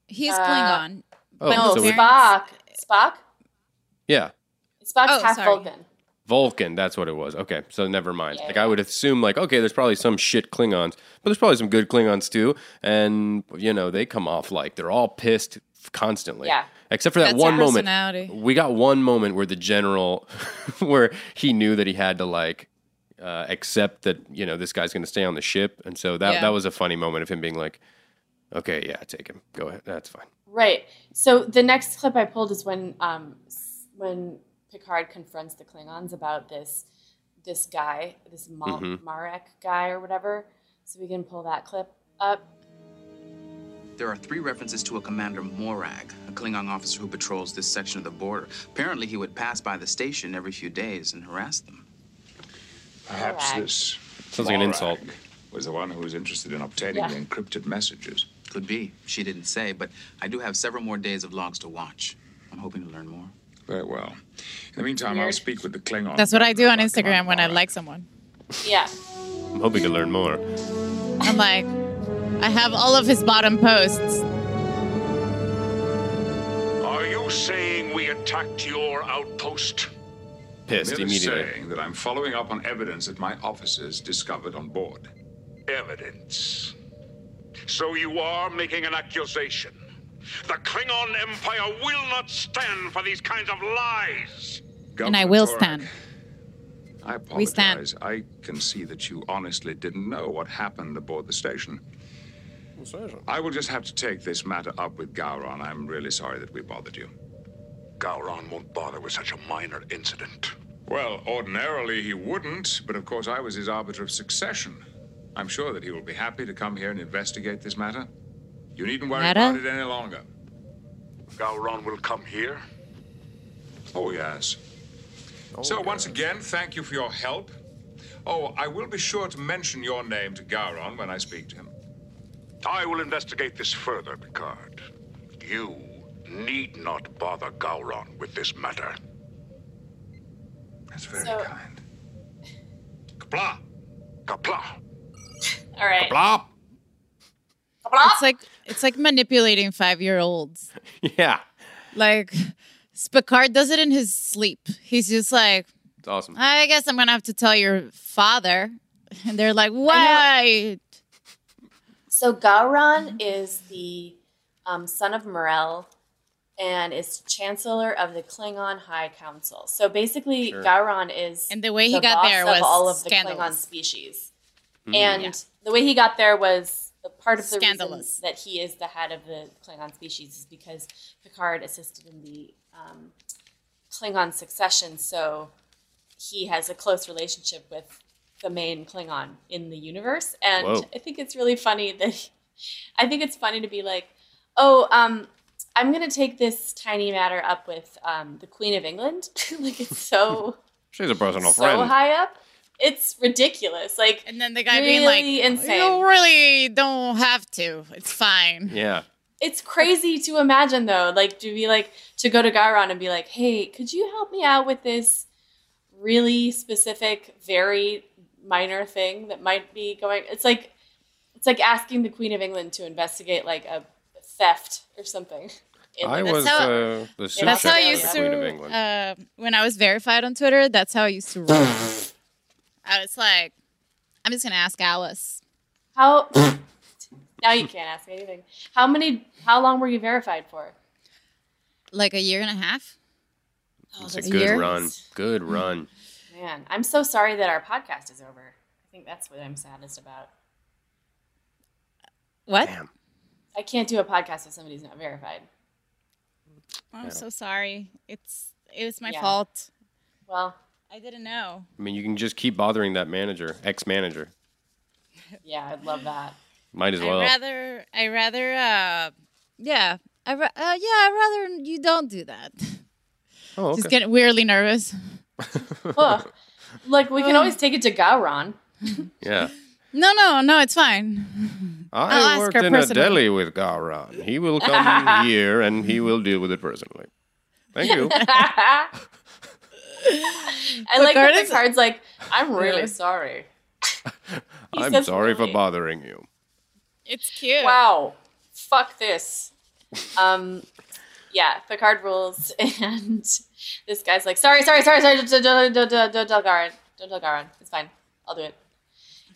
He's Klingon. Oh, Uh, no, so we- Spock. Spock? Yeah, Spock's Oh, half sorry. Vulcan. Vulcan. That's what it was. Okay, so never mind. Like I would assume, like okay, there's probably some shit Klingons, but there's probably some good Klingons too. And you know, they come off like they're all pissed constantly. Yeah. Except for that That's one their moment. personality. We got one moment where the general, where he knew that he had to like uh, accept that you know this guy's going to stay on the ship, and so that Yeah. that was a funny moment of him being like, okay, yeah, take him. Go ahead. That's fine. Right. So the next clip I pulled is when um, s- when Picard confronts the Klingons about this this guy, this Ma- Mm-hmm. Mhm. Marek guy or whatever. So we can pull that clip up. There are three references to a Commander Morag, a Klingon officer who patrols this section of the border. Apparently, he would pass by the station every few days and harass them. Perhaps this sounds like an insult. Was the one who was interested in obtaining Yeah. the encrypted messages. Could be. She didn't say, but I do have several more days of logs to watch. I'm hoping to learn more. Very well. In the meantime, I'll speak with the Klingon. That's what I do on Instagram when I like someone. Yeah. I'm hoping to learn more. I'm like, I have all of his bottom posts. Are you saying we attacked your outpost? Pissed Merely immediately. saying that I'm following up on evidence that my officers discovered on board. Evidence. So you are making an accusation. The Klingon Empire will not stand for these kinds of lies. and I will stand. I We stand. apologize. I can see that you honestly didn't know what happened aboard the station. I will just have to take this matter up with Gowron. I'm really sorry that we bothered you. Gowron won't bother with such a minor incident. Well, ordinarily he wouldn't, but of course I was his arbiter of succession. I'm sure that he will be happy to come here and investigate this matter. You needn't worry Matter? about it any longer. Gowron will come here? Oh, yes. so, once again, thank you for your help. Oh, I will be sure to mention your name to Gowron when I speak to him. I will investigate this further, Picard. You need not bother Gowron with this matter. That's very So- kind. Kapla! Kapla! All right. Blop. It's like it's like manipulating five year olds. Yeah, Like Picard does it in his sleep. He's just like, it's awesome. I guess I'm gonna have to tell your father. And they're like, Why? So Mm-hmm. Gowron is the um, son of Morel and is chancellor of the Klingon High Council. So basically, Sure. Gowron is and the way he got there was of all of the Klingon scandalous. species, Mm. and Yeah. the way he got there was uh, part of the Scandalous. reason that he is the head of the Klingon species is because Picard assisted in the um, Klingon succession, so he has a close relationship with the main Klingon in the universe. And Whoa. I think it's really funny that I think it's funny to be like, oh, um, I'm gonna take this tiny matter up with um, the Queen of England. like it's so She's a personal so friend. high up. It's ridiculous. Like and then the guy really being like insane. You really don't have to. It's fine. Yeah. it's crazy to imagine though like to be like to go to Gowron and be like hey could you help me out with this really specific very minor thing that might be going it's like it's like asking the queen of england to investigate like a theft or something in I the- was how- uh, the sous that's how chef I of used the to. Queen of England. Uh, when I was verified on Twitter, that's how I used to. Roll. I was like, I'm just gonna ask Alice. how now you can't ask anything how many how long were you verified for Like a year and a half. it's a that's good years. run. Good run. man i'm so sorry that our podcast is over i think that's what i'm saddest about What? i can't do a podcast if somebody's not verified Oh, I'm Yeah. so sorry. It's it was my Yeah. fault. Well, I didn't know. I mean, you can just keep bothering that manager, ex-manager. yeah i'd love that Might as well. I rather I rather uh yeah I ra- uh, yeah I rather you don't do that. oh, Just getting weirdly nervous. Ugh. Look, we can always take it to Gowron. yeah. No no no it's fine. I'll I ask worked her in a personally. deli with Gowron. He will come here and he will deal with it personally. Thank you. I like that Picard the is- card's like, I'm really Yeah. sorry. I'm says sorry for really- bothering you. Oh It's cute. Wow. Fuck this. Um, yeah, Picard rules, and this guy's like, sorry, sorry, sorry, sorry, don't, don't, don't, don't, don't tell Garon. Don't tell Garon. It's fine. I'll do it.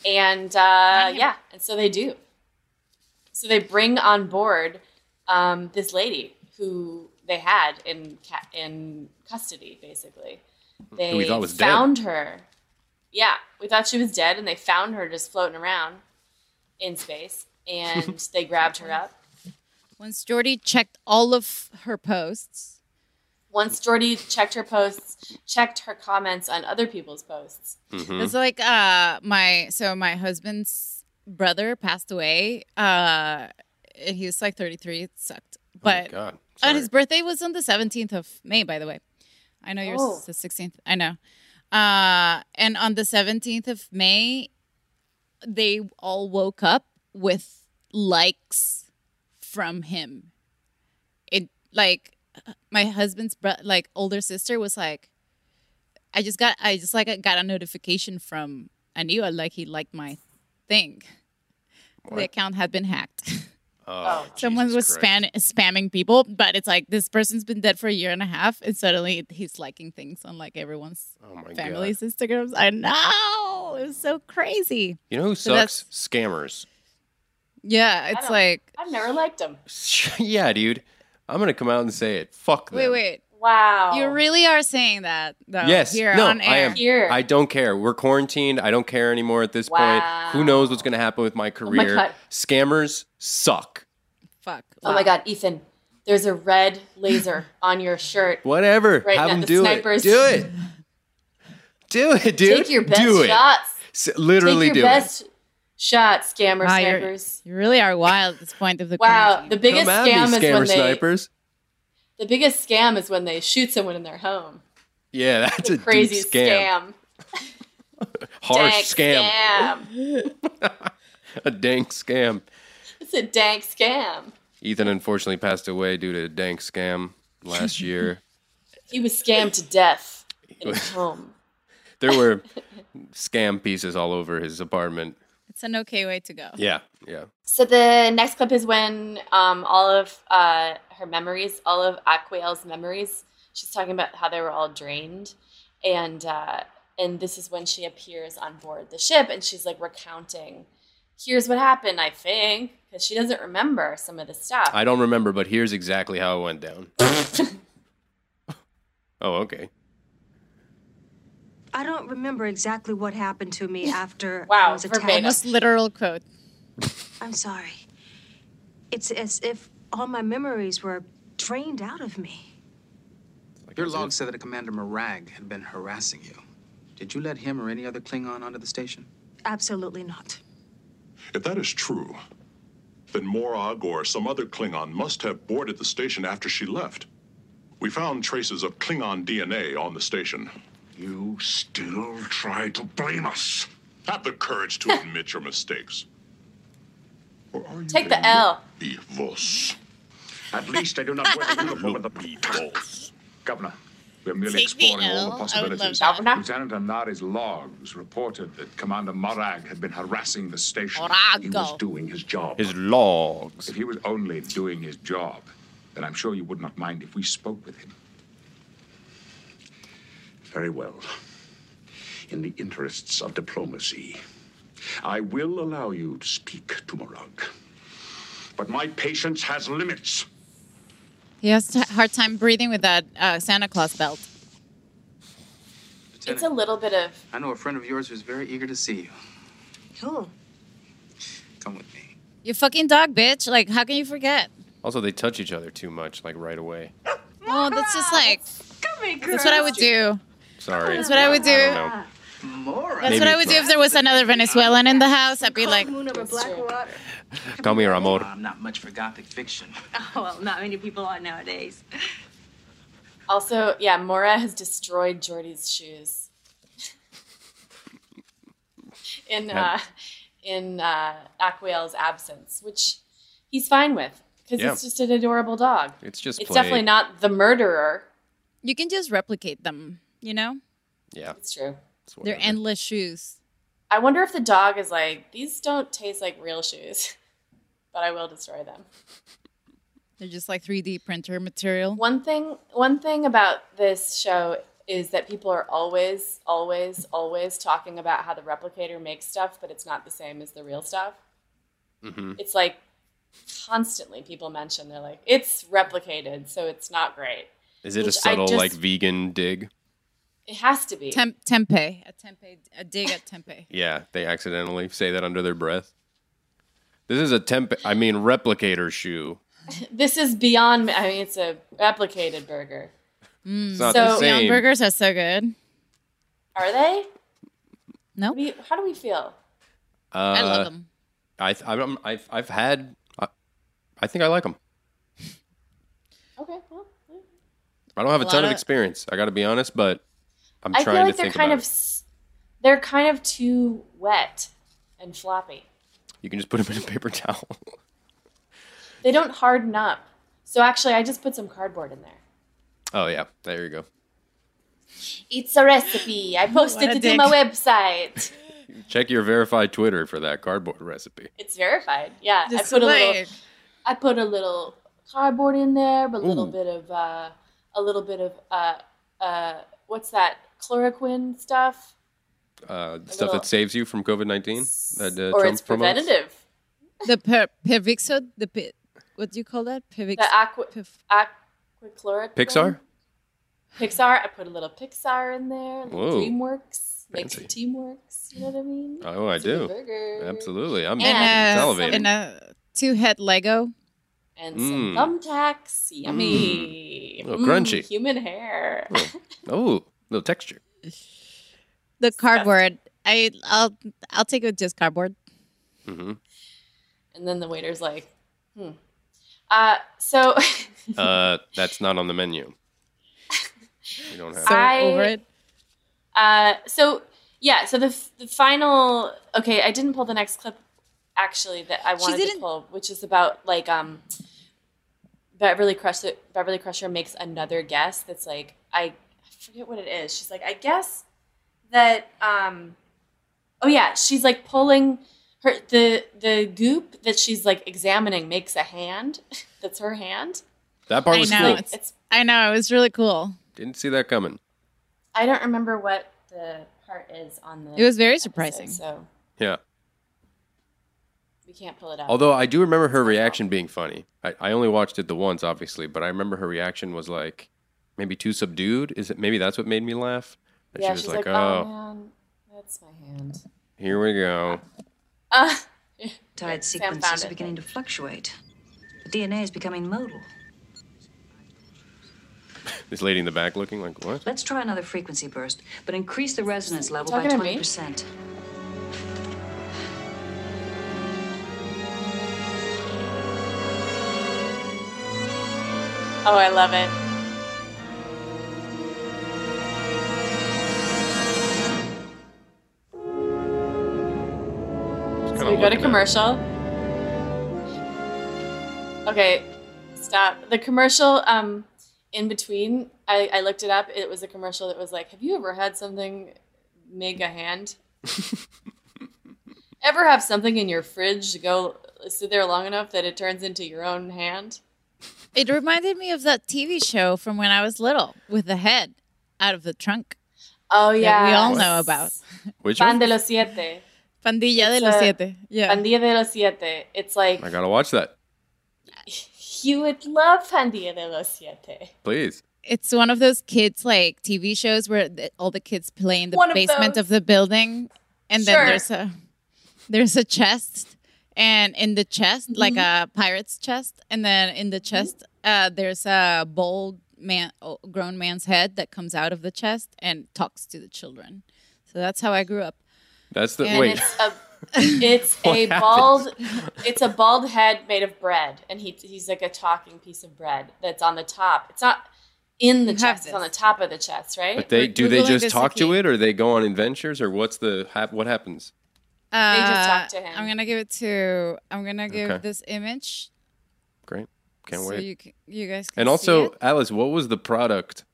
And uh, yeah, and so they do. So they bring on board um, this lady who they had in ca- in custody, basically. They Who we thought was dead. found her. Yeah, we thought she was dead, and they found her just floating around in space, and they grabbed her up. Once Jordy checked all of her posts, Once Jordy checked her posts, checked her comments on other people's posts. It's like uh my so my husband's brother passed away. Uh and he was like 33. It sucked. But God. and his birthday was on the 17th of May, by the way. I know yours Oh. is the 16th. I know. Uh and on the 17th of May, they all woke up with likes from him. It like my husband's bro- like older sister was like I just got I just like got a notification from Anil like he liked my thing. The What? account had been hacked. Oh, Someone Jesus was Christ. spam- spamming people, but it's like this person's been dead for a year and a half, and suddenly he's liking things on like everyone's Oh my family's god. Instagrams. I know it was so crazy. You know who So that's- sucks? Scammers. Yeah, it's like I've never liked him. yeah, dude. I'm gonna come out and say it. Fuck them. Wait, wait. Wow. You really are saying that Oh, though. yes. Here no, on air. I am. I don't care. We're quarantined. I don't care anymore at this Wow. point. Who knows what's gonna happen with my Oh my career? God. Scammers suck. Fuck. Oh my god, Ethan, there's a red laser on your shirt. Whatever. Right Have now, them the do snipers- it. Do it. Do it, dude. Take your best do it. shots. S- literally Take do your best shot, scammer Wow, you're- snipers. You really are wild at this point of the Wow, the it. biggest Ah, come at me, scam is scammer when they snipers. the biggest scam is when they shoot someone in their home. Yeah, that's a deep Crazy scam. scam. Harsh dank scam. scam. A dank scam. it's a dank scam. Ethan unfortunately passed away due to a dank scam last year. He was scammed to death in his home. there were scam pieces all over his apartment. It's an okay way to go. Yeah, yeah. So the next clip is when um, all of uh, her memories, all of Aquiel's memories, she's talking about how they were all drained, and uh, and this is when she appears on board the ship, and she's like recounting, "Here's what happened, I think," because she doesn't remember some of the stuff. I don't remember, but here's exactly how it went down. oh, okay. I don't remember exactly what happened to me after I Wow, was attacked. Almost literal quote. I'm sorry. It's as if all my memories were drained out of me. Your log said that Commander Morag had been harassing you. Did you let him or any other Klingon onto the station? Absolutely not. If that is true, then Morag or some other Klingon must have boarded the station after she left. We found traces of Klingon DNA on the station. You still try to blame us? Have the courage to admit your mistakes. Or are you Take the L. evils? At least I do not work in the form of the peacock. Governor, we're merely Take the exploring all L. the I would possibilities. love that. Governor? Lieutenant Amnari's logs reported that Commander Morag had been harassing the station. He was Morago. doing his job. His logs. If he was only doing his job, then I'm sure you would not mind if we spoke with him. Very well. In the interests of diplomacy, I will allow you to speak to Morag. But my patience has limits. He has a hard time breathing with that uh, Santa Claus belt. It's a little bit of I know a friend of yours who's very eager to see you. Cool. Come with me. You fucking dog, bitch. Like, how can you forget? Also, they touch each other too much, like right away. Oh, that's just like. That's what I would do. Sorry. That's what I would do. don't know. That's Maybe what I it's would do not. if there was another Venezuelan in the house. I'd be like, Call me Ramon. I'm not much for gothic fiction. Oh, well, not many people are nowadays. also yeah. Mora has destroyed Jordy's shoes. in Yeah. uh, in uh, Aquiel's absence, which he's fine with because Yeah. it's just an adorable dog. It's just it's play. definitely not the murderer. you can just replicate them, you know? Yeah. It's true. They're endless shoes. I wonder if the dog is like, these don't taste like real shoes, but I will destroy them. They're just like 3D printer material. One thing, one thing about this show is that people are always, always, always talking about how the replicator makes stuff, but it's not the same as the real stuff. Mm-hmm. It's like constantly people mention they're like, it's replicated, so it's not great. Is it a Which I subtle just- like vegan dig? It has to be. Tem- tempeh, a tempeh, a dig at tempeh. Yeah, they accidentally say that under their breath. This is a temp. I mean, replicator shoe. this is beyond. I mean, it's a replicated burger. It's not the same. burgers are so good. Are they? No. What do you- how do we feel? Uh, I love 'em. I th- I'm, I've I've had. I, I think I like them. Okay. Well, I don't have a, A ton lot of of- experience. I got to be honest, but I'm I trying feel like to they're think kind about of s- they're kind of too wet and floppy. it. You can just put them in a paper towel. They don't harden up. So actually, I just put some cardboard in there. oh yeah, there you go. It's a recipe. I posted What a it to dick. my website. Check your verified Twitter for that cardboard recipe. It's verified. Yeah, Just I put a wait. little. I put a little cardboard in there, a Ooh. little bit of uh, a little bit of uh, uh, what's that chloroquine stuff, Uh, the stuff little- that saves you from COVID nineteen. That uh, or Trump it's promotes. preventative. The per- pervixo, the pi- what do you call that? Pervix. The aqua, aquachloric. Pixar. Pixar. I put a little Pixar in there. a little Whoa. DreamWorks makes Fancy. teamworks. You know what I mean? Oh, I It's a good do. burger. uh, Absolutely. I'm and fucking a, salivating. and a two head Lego. And Mm. some thumbtacks. Yummy. Mm. Hmm, Little crunchy. Human hair. Oh, little texture. The cardboard. I I'll I'll take it with just cardboard. hmm And then the waiter's like, hmm. Uh, so Uh, that's not on the menu. We don't have. I over it. Uh, so yeah, so the, f- the final okay, I didn't pull the next clip actually that I She wanted to didn't- pull, which is about like um Beverly Crusher Beverly Crusher makes another guess that's like I, I forget what it is. She's like I guess that um oh yeah, she's like pulling her the the goop that she's like examining makes a hand. that's her hand. That part I was know. cool. It's, I know. It was really cool. Didn't see that coming. I don't remember what the part is on the It was very episode, surprising. so Yeah. we can't pull it out. Although I do remember her reaction being funny. I, I only watched it the once, obviously, but I remember her reaction was like maybe too subdued. Is it maybe that's what made me laugh? That yeah, she was she's like, like, "Oh, man, that's my hand." here we go." Uh, Tide Sam sequences found are it. beginning to fluctuate. The DNA is becoming modal. This lady in the back looking like, "What?" Let's try another frequency burst, but increase the resonance level by Talking to me? 20%. Oh, I love it. So we go to commercial. Okay, stop. The commercial um in between, I, I looked it up. It was a commercial that was like, "Have you ever had something make a hand? ever have something in your fridge to go sit there long enough that it turns into your own hand?" It reminded me of that TV show from when I was little with the head out of the trunk Oh that yeah, we all know about. Which one? Pan de los siete. Pandilla de It's los a- siete. Yeah. Pandilla de los siete. It's like I gotta watch that, you would love Pandilla de los siete. please. It's one of those kids like TV shows where the, all the kids play in the One of basement those. of the building, and then Sure. there's a there's a chest, and in the chest Mm-hmm. like a pirate's chest, and then in the chest uh, there's a bald man, oh, grown man's head that comes out of the chest and talks to the children. So that's how I grew up. That's the And wait. It's a it's What a happened? bald it's a bald head made of bread, and he he's like a talking piece of bread that's on the top. It's not in the You have chest; it's on the this. top of the chest, right? But they do they Googling just this talk to it, again. or they go on adventures, or what's the hap- what happens? Uh, just talked to him. I'm gonna give it to. I'm gonna give Okay. this image. Great, can't so wait. You, c- you guys can and see also, it. Alice, what was the product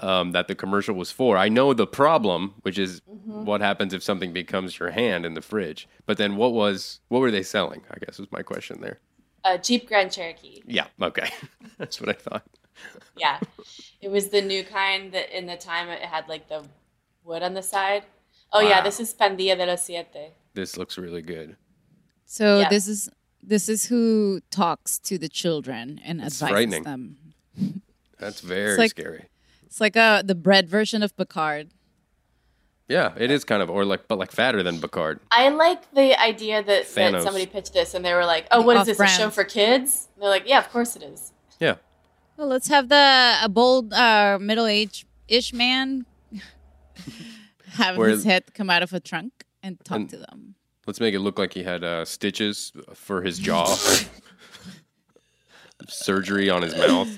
um, that the commercial was for. I know the problem, which is Mm-hmm. what happens if something becomes your hand in the fridge. But then, what was what were they selling? I guess was my question there. A Jeep Grand Cherokee. Yeah. Okay. That's what I thought. Yeah. it was the new kind that in the time it had like the wood on the side. Oh yeah, Wow. this is Pandilla de los Siete. This looks really good. So Yeah. this is this is who talks to the children and It's advises frightening. them. That's very It's like- scary. It's like uh the bread version of Picard. Yeah, it is kind of, or like, but like fatter than Picard. I like the idea that, that Thanos. somebody pitched this and they were like, "Oh, what is this? A show Off-brand. for kids?" And they're like, "Yeah, of course it is." Yeah. Well, let's have the a bold uh, middle aged ish man have Where- his head come out of a trunk and talk And- to them. Let's make it look like he had uh, stitches for his jaw, surgery on his mouth.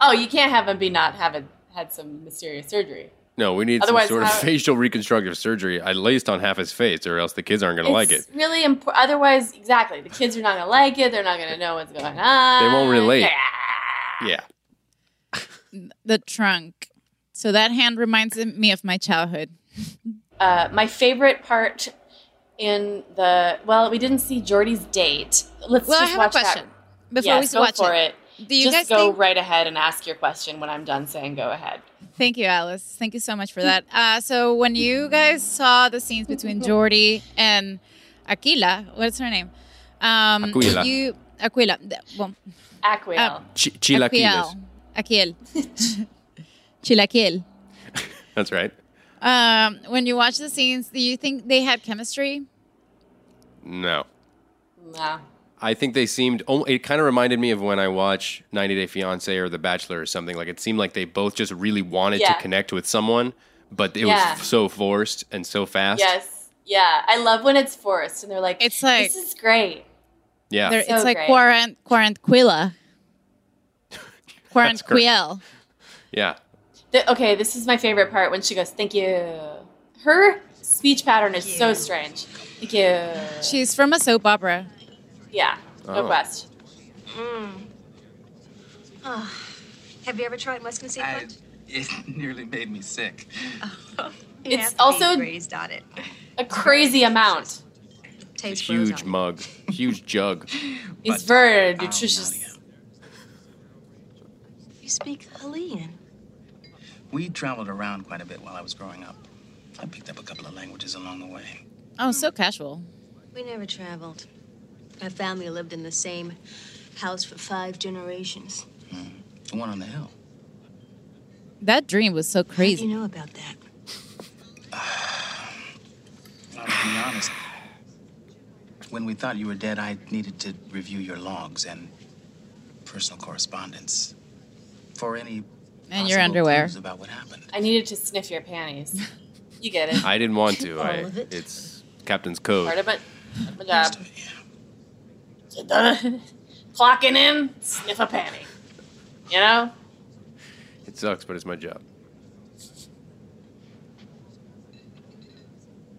Oh, you can't have him be not having had some mysterious surgery. No, we need Otherwise, uh, some sort of how- facial reconstructive surgery, at least on half his face, or else the kids aren't going to like it. It's Really important. Otherwise, exactly, the kids are not gonna like it. They're not gonna know what's going on. They won't relate. uh, Yeah. Yeah. The trunk. So that hand reminds me of my childhood. Uh, my favorite part in the well, we didn't see Jordy's date. Let's Well, I just have a watch that. question before Yes, we go watch for it. it. Do you just guys go think- right ahead and ask your question when I'm done saying go ahead? Thank you, Alice. Thank you so much for that. Uh, so when you guys saw the scenes between Jordi and Aquila, what's her name? Um, Aquila. You, Aquila. th- Well, Aquil. Chi- chilaquiles. Aquiel. Chilaquiel. That's right. Um, when you watch the scenes, do you think they had chemistry? No. Oh. No. I think they seemed. oh, It kind of reminded me of when I watch 90 Day Fiance or The Bachelor or something. Like it seemed like they both just really wanted Yeah. to connect with someone, but it Yeah. was so forced and so fast. Yes. Yeah. I love when it's forced and they're like, it's like this is great. Yeah. They're- it's So like great. Quarant Quaranquilla. That's correct. Quaranquiel. Yeah. The, okay, this is my favorite part when she goes, "Thank you." Her speech pattern is so strange. Thank you. She's from a soap opera. Yeah. No Oh. question. Ah, have you ever tried must concede I- It nearly made me sick. It's also a crazy amount. Tastes Huge mug. Huge jug. It's very nutritious. You speak Helene. We traveled around quite a bit while I was growing up. I picked up a couple of languages along the way. Oh, so casual. We never traveled. Our family lived in the same house for five generations. The one on the hill. That dream was so How do crazy. you know about that? I'll be honest. When we thought you were dead, I needed to review your logs and personal correspondence for any And your possible underwear. clues about what happened. I needed to sniff your panties. You get it. I didn't want to. All I, of it. It's Captain's Code. Part of it. Part of my job. Clocking in, sniff a panty. You know? It sucks, but it's my job.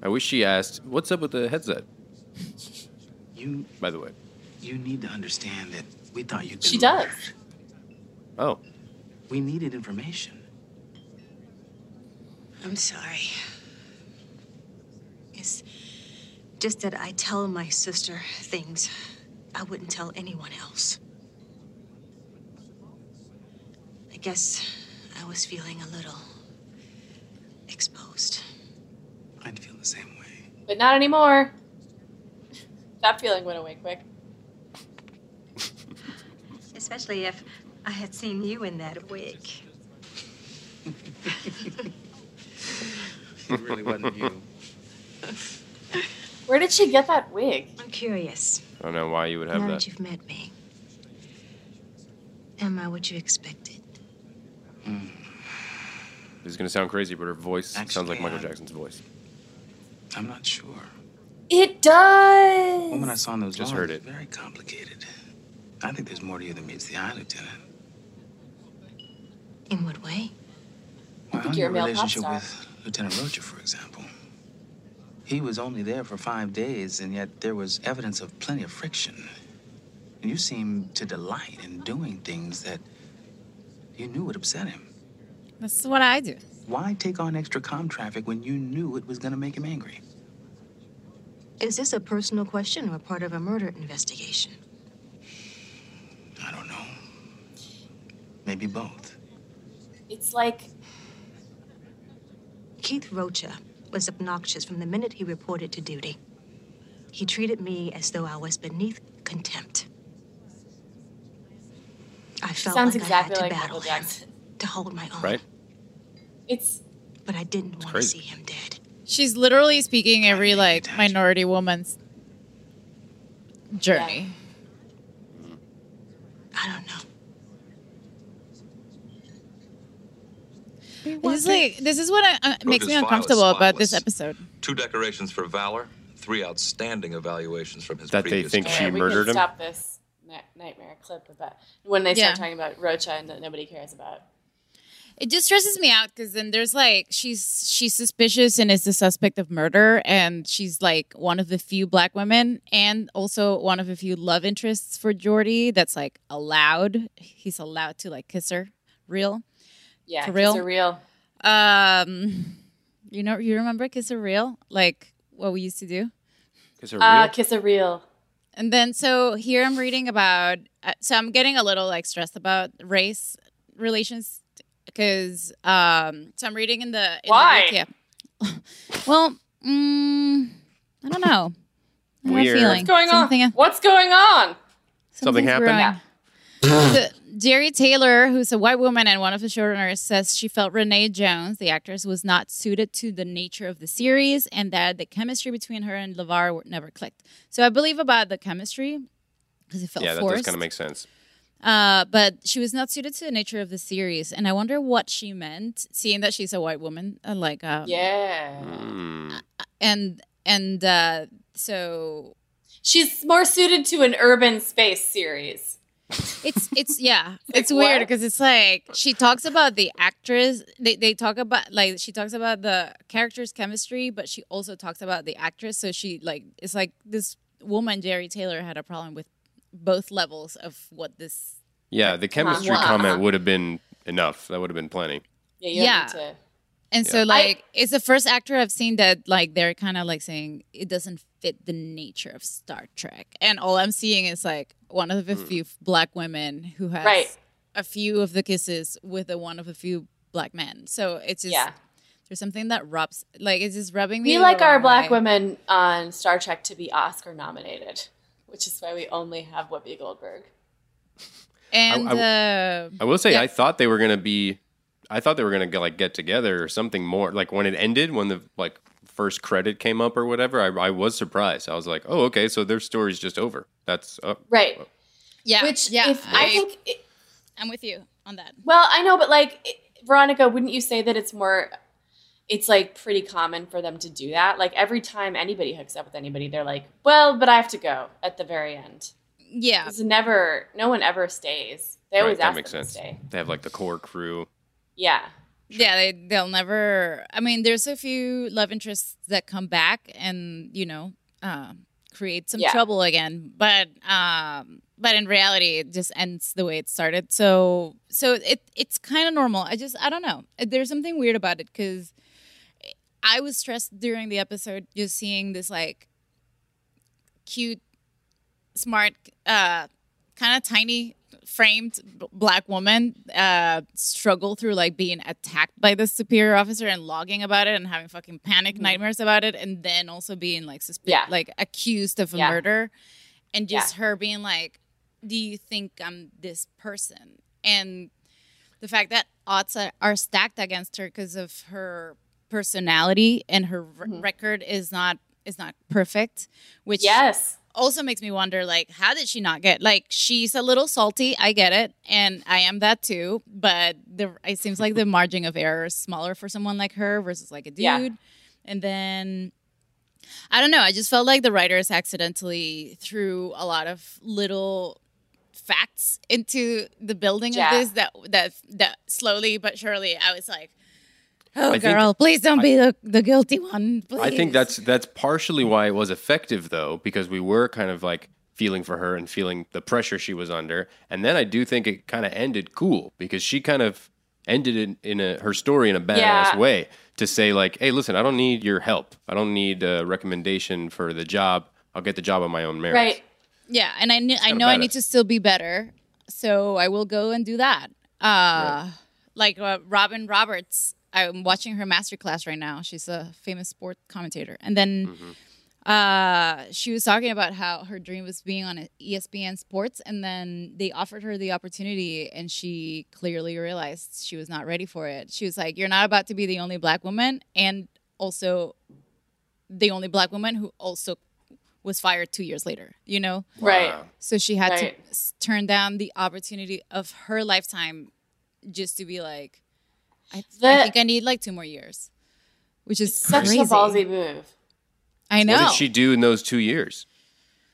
I wish she asked, "What's up with the headset?" You, by the way. You need to understand that we thought you'd. She been does. murdered. Oh. We needed information. I'm sorry. It's just that I tell my sister things I wouldn't tell anyone else. I guess I was feeling a little exposed. I'd feel the same way. But not anymore. That feeling went away quick. Especially if I had seen you in that wig. It really wasn't you. Where did she get that wig? I'm curious. I don't know why you would have now that. that you've met me, am I what you expected? This is gonna sound crazy, but her voice sounds like Michael Jackson's voice. I'm not sure. It does. The woman I saw in those Just logs heard was it. Very complicated. I think there's more to you than meets the eye, Lieutenant. In what way? Well, you're a your male pop relationship star. with Lieutenant Roger, for example. He was only there for five days, and yet there was evidence of plenty of friction. You seemed to delight in doing things that you knew would upset him. This is what I do. Why take on extra com traffic when you knew it was going to make him angry? Is this a personal question or part of a murder investigation? Maybe both. It's like Keith Rocha was obnoxious from the minute he reported to duty. He treated me as though I was beneath contempt. I felt sounds like exactly I had like to battle Michael Jackson. to hold my own. Right? It's but I didn't want to crazy. see him dead. She's literally speaking every like minority woman's journey. I don't know. This is like this is what I, uh, makes me Rhoda's file is uncomfortable about this episode. Two decorations for valor, three outstanding evaluations from his That they previous think job. she we murdered can him? stop this na- nightmare clip with that. When they Yeah. start talking about Rocha and that nobody cares about. It just stresses me out because then there's like she's she's suspicious and is the suspect of murder, and she's like one of the few black women, and also one of the few love interests for Jordy that's like allowed. He's allowed to like kiss her, real, Yeah, for kiss real, her real. Um, you know, you remember kiss her real, like what we used to do. Is Ah, Uh, kiss a real. And then, so here I'm reading about, uh, so I'm getting a little like stressed about race relations because, um, so I'm reading in the, in Why? The, yeah. well, mm, I don't know. I have a Weird. feeling. What's going on? Something, on? What's going on? Something happened? The- Jerry Taylor, who's a white woman and one of the showrunners, says she felt Renee Jones, the actress, was not suited to the nature of the series and that the chemistry between her and LeVar were- never clicked. So I believe about the chemistry because it felt yeah, that does forced. kind of make sense. Uh, but she was not suited to the nature of the series, and I wonder what she meant, seeing that she's a white woman, uh, like uh, Yeah. Mm. and and uh, so She's more suited to an urban space series. it's it's yeah, like, it's weird what? because it's like she talks about the actress. They they talk about like she talks about the characters' chemistry, but she also talks about the actress. So she like it's like this woman Jerry Taylor had a problem with both levels of what this Yeah, the chemistry Uh-huh. comment would have been enough. That would have been plenty. Yeah, you yeah. And so, Yeah. like, it's the first actor I've seen that, like, they're kind of like saying it doesn't fit the nature of Star Trek. And all I'm seeing is like one of the Mm. few black women who has Right. a few of the kisses with the one of the few black men. So it's just Yeah. there's something that rubs, like, it's just rubbing me. We the like our wrong black way. women on Star Trek to be Oscar nominated, which is why we only have Whoopi Goldberg. And I- uh, I will say, I thought they were gonna be, I thought they were gonna like get together or something more. Like when it ended, when the like first credit came up or whatever, I, I was surprised. I was like, oh, okay, so their story's just over. That's uh, Right. Yeah. Which yeah, if I, think I'm with you on that. Well, I know, but like it- Veronica, wouldn't you say that it's more it's like pretty common for them to do that? Like every time anybody hooks up with anybody, they're like, "Well, but I have to go at the very end." Yeah. It's never no one ever stays. They right, always that ask makes them sense. to stay. They have like the core crew. Yeah. Yeah, they they'll never. I mean, there's a few love interests that come back and you know uh, create some Yeah. trouble again, but um, but in reality, it just ends the way it started. So so it it's kind of normal. I just I don't know. There's something weird about it because I was stressed during the episode just seeing this like cute, smart, uh, kind of tiny framed b- black woman uh, struggle through like being attacked by the superior officer and logging about it and having fucking panic nightmares about it and then also being like suspe- Mm-hmm. Yeah. like accused of a Yeah. murder and just Yeah. her being like do you think I'm this person and the fact that odds are, are stacked against her because of her personality and her r- Mm-hmm. record is not is not perfect which yes also makes me wonder like how did she not get like she's a little salty i get it and i am that too but the it seems like the margin of error is smaller for someone like her versus like a dude Yeah. and then i don't know i just felt like the writers accidentally threw a lot of little facts into the building Yeah. of this that that that slowly but surely i was like oh I think- girl please don't I- be the, the guilty one please. I think that's that's partially why it was effective though, because we were kind of like feeling for her and feeling the pressure she was under. And then I do think it kind of ended cool because she kind of ended it in a her story in a badass Yeah. way to say like, "Hey, listen, I don't need your help. I don't need a recommendation for the job. I'll get the job on my own merit." Right. Yeah, and I kn- I kinda know I badass. need to still be better, so I will go and do that. Uh, Like uh, Robin Roberts, I'm watching her masterclass right now. She's a famous sport commentator, and then uh, she was talking about how her dream was being on E ESPN Sports, and then they offered her the opportunity, and she clearly realized she was not ready for it. She was like, "You're not about to be the only black woman, and also the only black woman who also was fired two years later." You know, Right. So she had Right. to s- turn down the opportunity of her lifetime just to be like, I, I That- think I need like two more years, which is Such crazy. a ballsy move. I know. What did she do in those two years?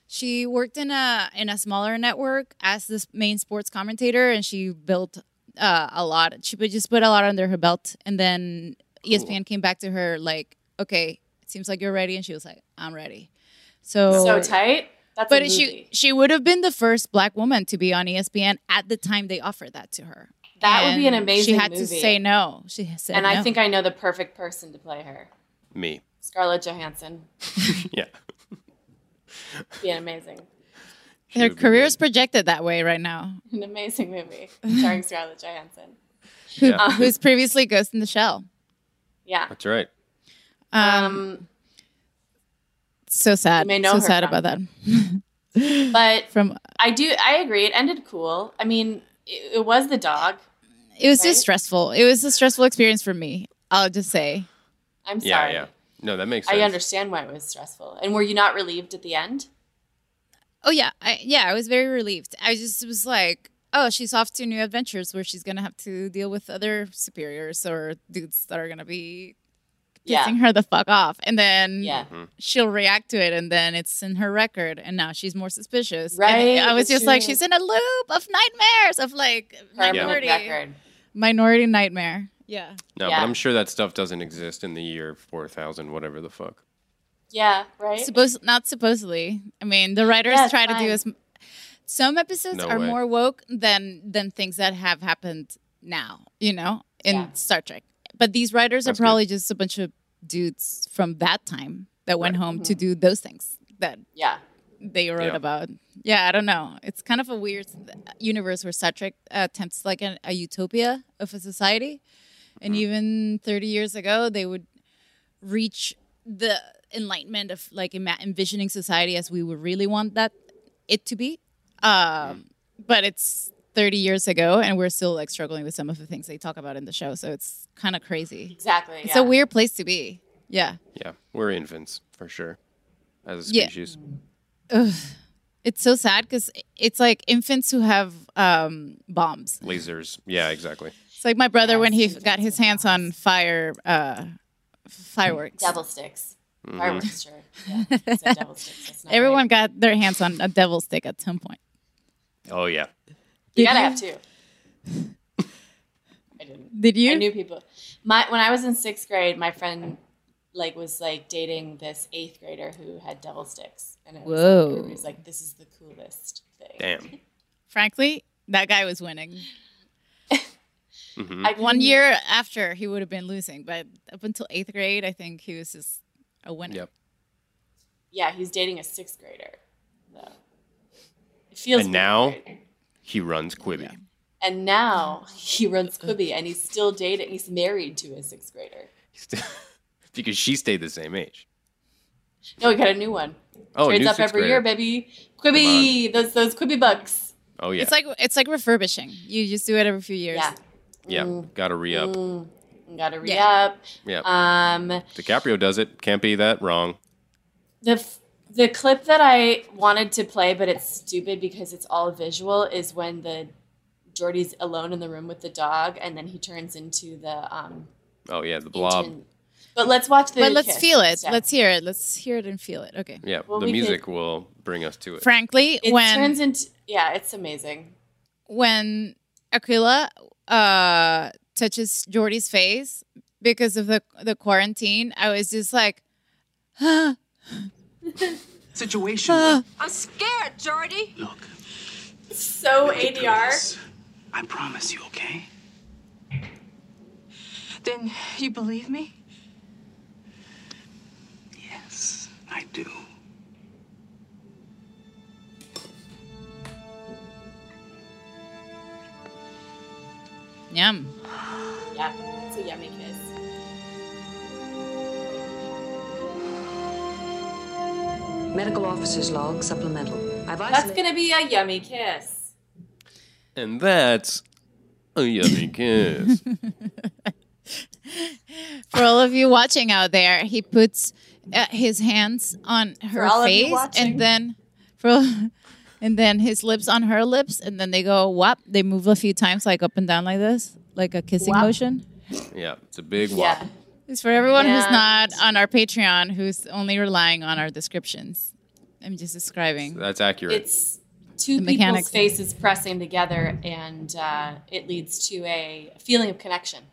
She worked in a in a smaller network as the s- main sports commentator, and she built uh, a lot. She put- just put a lot under her belt, and then E ESPN came back to her like, "Okay, it seems like you're ready," and she was like, "I'm ready." So So tight. That's but a she movie. she would have been the first black woman to be on E ESPN at the time they offered that to her. That would be an And amazing She had to movie. say no. She said and no. I think I know the perfect person to play her. Me. Scarlett Johansson. Yeah. Be an amazing, her career is projected that way right now. an amazing movie starring Scarlett Johansson. Who, Yeah. Who's previously Ghost in the Shell. Yeah. That's right. Um, So sad. You may know so her sad from- about that. but From I do. I agree. It ended cool. I mean, it, it was the dog. it was just stressful. It was a stressful experience for me. I'll just say. I'm yeah, sorry. yeah. No, that makes sense. I understand why it was stressful. And were you not relieved at the end? Oh yeah, I, yeah. I was very relieved. I just was like, oh, she's off to new adventures where she's gonna have to deal with other superiors or dudes that are gonna be Yeah. kissing her the fuck off, and then Yeah. Mm-hmm. she'll react to it, and then it's in her record, and now she's more suspicious. And Right, I was it's just like, true. she's in a loop of nightmares of like Permanent minority record. minority nightmare. Yeah. no, yeah. but I'm sure that stuff doesn't exist in the year 4000, whatever the fuck. Yeah. Right. Supposed not supposedly. I mean, the writers Yeah, it's try to fine. do as m- some episodes No are way. more woke than than things that have happened now. You know, in Yeah. Star Trek. But these writers are probably just a bunch of dudes from that time that went home Mm-hmm. to do those things that yeah they wrote Yeah. about. Yeah, I don't know. It's kind of a weird universe where Star Trek attempts like an, a utopia of a society, and Mm-hmm. even thirty years ago, they would reach the enlightenment of like ima- envisioning society as we would really want that it to be. Um, Mm-hmm. but it's 30 years ago, and we're still like struggling with some of the things they talk about in the show. So it's kind of crazy. Exactly. It's yeah. a weird place to be. Yeah. Yeah, we're infants for sure as a Yeah. species. Ugh. It's so sad because it's like infants who have um, bombs. Lasers. Yeah, exactly. It's like my brother when he got his hands on fire uh, fireworks. Devil sticks. Mhm. Fireworks, sure. Yeah. it's a devil sticks. That's not Everyone got their hands on a devil stick at some point. Oh, yeah. You Did gotta you? have two. I didn't. Did you? I knew people. My when I was in sixth grade, my friend like was like dating this eighth grader who had devil sticks, and it was Whoa. like, everybody's like, "This is the coolest thing." Damn. Frankly, that guy was winning. Mhm. One didn't- year after, he would have been losing, but up until eighth grade, I think he was just a winner. Yep. Yeah, he's dating a sixth grader. Though. It feels and weird. now he runs Quibi. and now he runs Quibi, and he's still dating. He's married to a sixth grader. because she stayed the same age. No, he got a new one. Oh, a Trades new up sixth every year, grader. baby. Quibi, those those Quibi bucks. Oh yeah, It's like it's like refurbishing. You just do it every few years. Yeah. yeah, gotta re up. Mm, gotta re up. Yeah, Um, DiCaprio does it. Can't be that wrong. the f- the clip that I wanted to play, but it's stupid because it's all visual, is when the Jordy's alone in the room with the dog, and then he turns into the. Um, Oh yeah, the blob. but let's watch the. But let's kiss feel it. instead. Let's hear it. Let's hear it and feel it. Okay. Yeah, Well, the we could- music will bring us to it. Frankly, It when turns into yeah, it's amazing. when Aquila uh, touches Jordy's face because of the the quarantine, I was just like, Situation. I'm scared, Jordy. Look, So ADR. I promise you, okay? Then you believe me? Yes, I do. Yum. Yeah, it's a yummy kiss. Medical officer's log supplemental. I've That's gonna be a yummy kiss. And that's a yummy kiss. For all of you watching out there, he puts uh, his hands on her all of you face, watching. and then for, and then his lips on her lips, and then they go whap. They move a few times, like up and down, like this, like a kissing Whap. motion. yeah, it's a big whop. It's for everyone who's Yeah. not on our Patreon, who's only relying on our descriptions. I'm just describing. That's accurate. It's two The people's mechanics. faces pressing together, and uh, it leads to a feeling of connection.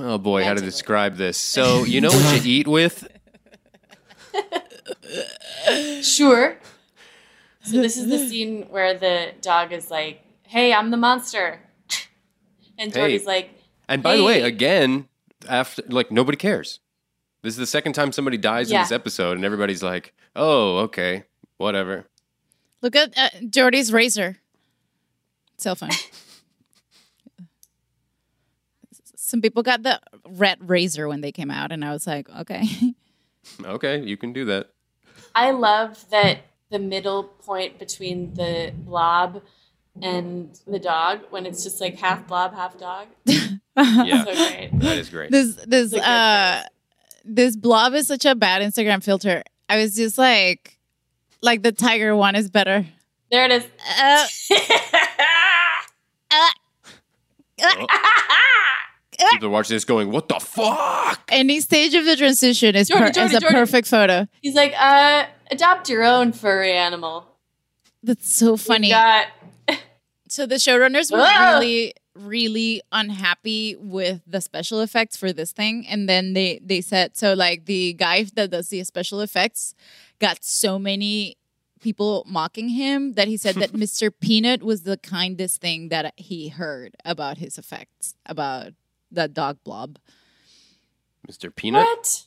oh boy, how to describe this. So, you know what you eat with? Sure. So this is the scene where the dog is like, "Hey, I'm the monster," and Hey. Jordy's like, And by the way, Hey. again, after like nobody cares. This is the second time somebody dies Yeah. in this episode, and everybody's like, "Oh, okay, whatever." Look at uh, Jordy's razor, cell phone. Some people got the red razor when they came out, and I was like, okay. Okay, you can do that. I love that the middle point between the blob and the dog when it's just like half blob, half dog. Yeah, So great. that is great. This this uh this blob is such a bad Instagram filter. I was just like, like the tiger one is better. There it is. Uh, People are watching this going, "What the fuck?" any stage of the transition is, Jordy, per- Jordy, is a Jordy. perfect photo. He's like, uh, adopt your own furry animal. That's so funny. got- so the showrunners were Ah! really, really unhappy with the special effects for this thing, and then they they said so like the guy that does the special effects got so many people mocking him that he said that Mr. Peanut was the kindest thing that he heard about his effects about the dog blob. Mr. Peanut.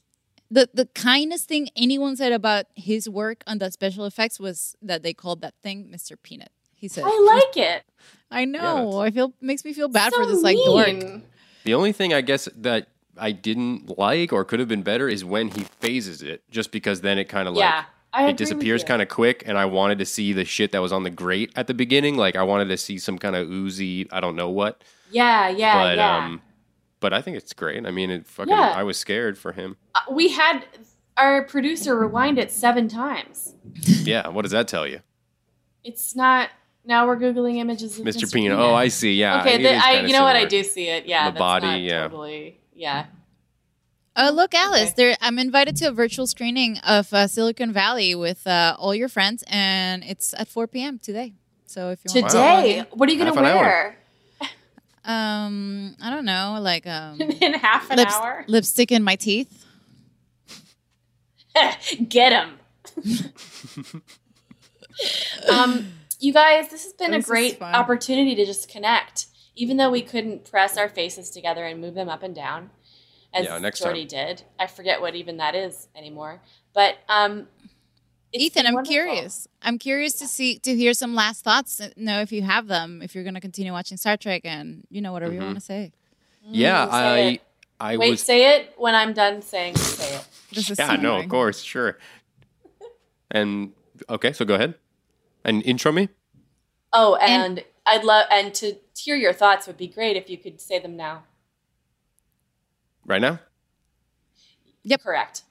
The the kindest thing anyone said about his work on the special effects was that they called that thing Mr. Peanut. He said, "I like it." I know. I feel makes me feel bad for So this like dork. mean. The only thing I guess that I didn't like or could have been better is when he phases it, just because then it kind of Yeah, I like agree with it disappears you. kind of quick. And I wanted to see the shit that was on the grate at the beginning. Like I wanted to see some kind of oozy, I don't know what. Yeah, yeah, but yeah. um, but I think it's great. I mean, it fucking. Yeah. I was scared for him. Uh, we had our producer rewind it seven times. yeah. What does that tell you, It's not. Now we're googling images of Mr. Peanut? Oh, I see. Yeah. okay, it the, is I, you know kinda what? I similar. do see it. Yeah, The that's body, not yeah. totally. Yeah, Oh look, Alice! There, I'm invited to a virtual screening of uh, Silicon Valley with uh, all your friends, and it's at 4 p.m. today. So if you want Today? What are you gonna to Half an hour. wear? Um, I don't know, like um, in half an lips- hour. lipstick in my teeth. Get him. um, you guys, this has been This a is great fun. opportunity to just connect, even though we couldn't press our faces together and move them up and down, as Yeah, next Jordy time. did. I forget what even that is anymore. But um, Ethan, I'm curious. I'm curious to see to hear some last thoughts. uh, Know if you have them. If you're going to continue watching Star Trek, and you know whatever you Mhm. want to say. Yeah, Mm, say I it. I wait, was. say it when I'm done saying. Say it. This is yeah, so no, of annoying. course, sure. And okay, so go ahead and intro me. Oh, and, I'd love and to hear your thoughts would be great if you could say them now. right now? Yep, correct.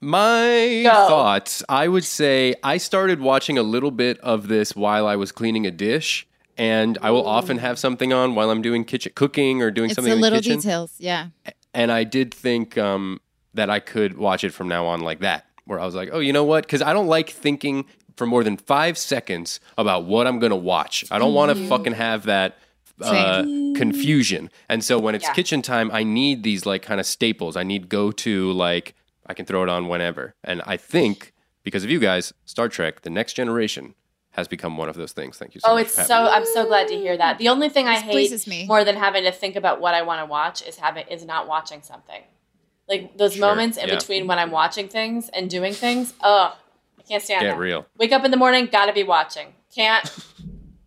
My thoughts I would say I started watching a little bit of this while I was cleaning a dish. And I will often have something on while I'm doing kitchen cooking or doing It's something the in little the kitchen. details. Yeah. And I did think um, that I could watch it from now on like that, where I was like, oh, you know what? Because I don't like thinking for more than five seconds about what I'm going to watch. I don't want Mm-hmm. to Mhm. fucking have that uh, confusion. And so when it's Yeah. kitchen time, I need these like kind of staples. I need go to like I can throw it on whenever. And I think because of you guys, Star Trek: The Next Generation has become one of those things. Thank you so Oh, much. it's Pat. so I'm so glad to hear that. The only thing I Mm. This hate pleases me. more than having to think about what I want to watch is having is not watching something. Like those Sure, moments in yeah. between when I'm watching things and doing things. Oh, I can't stand Get that. real. Wake up in the morning, gotta be watching. Can't.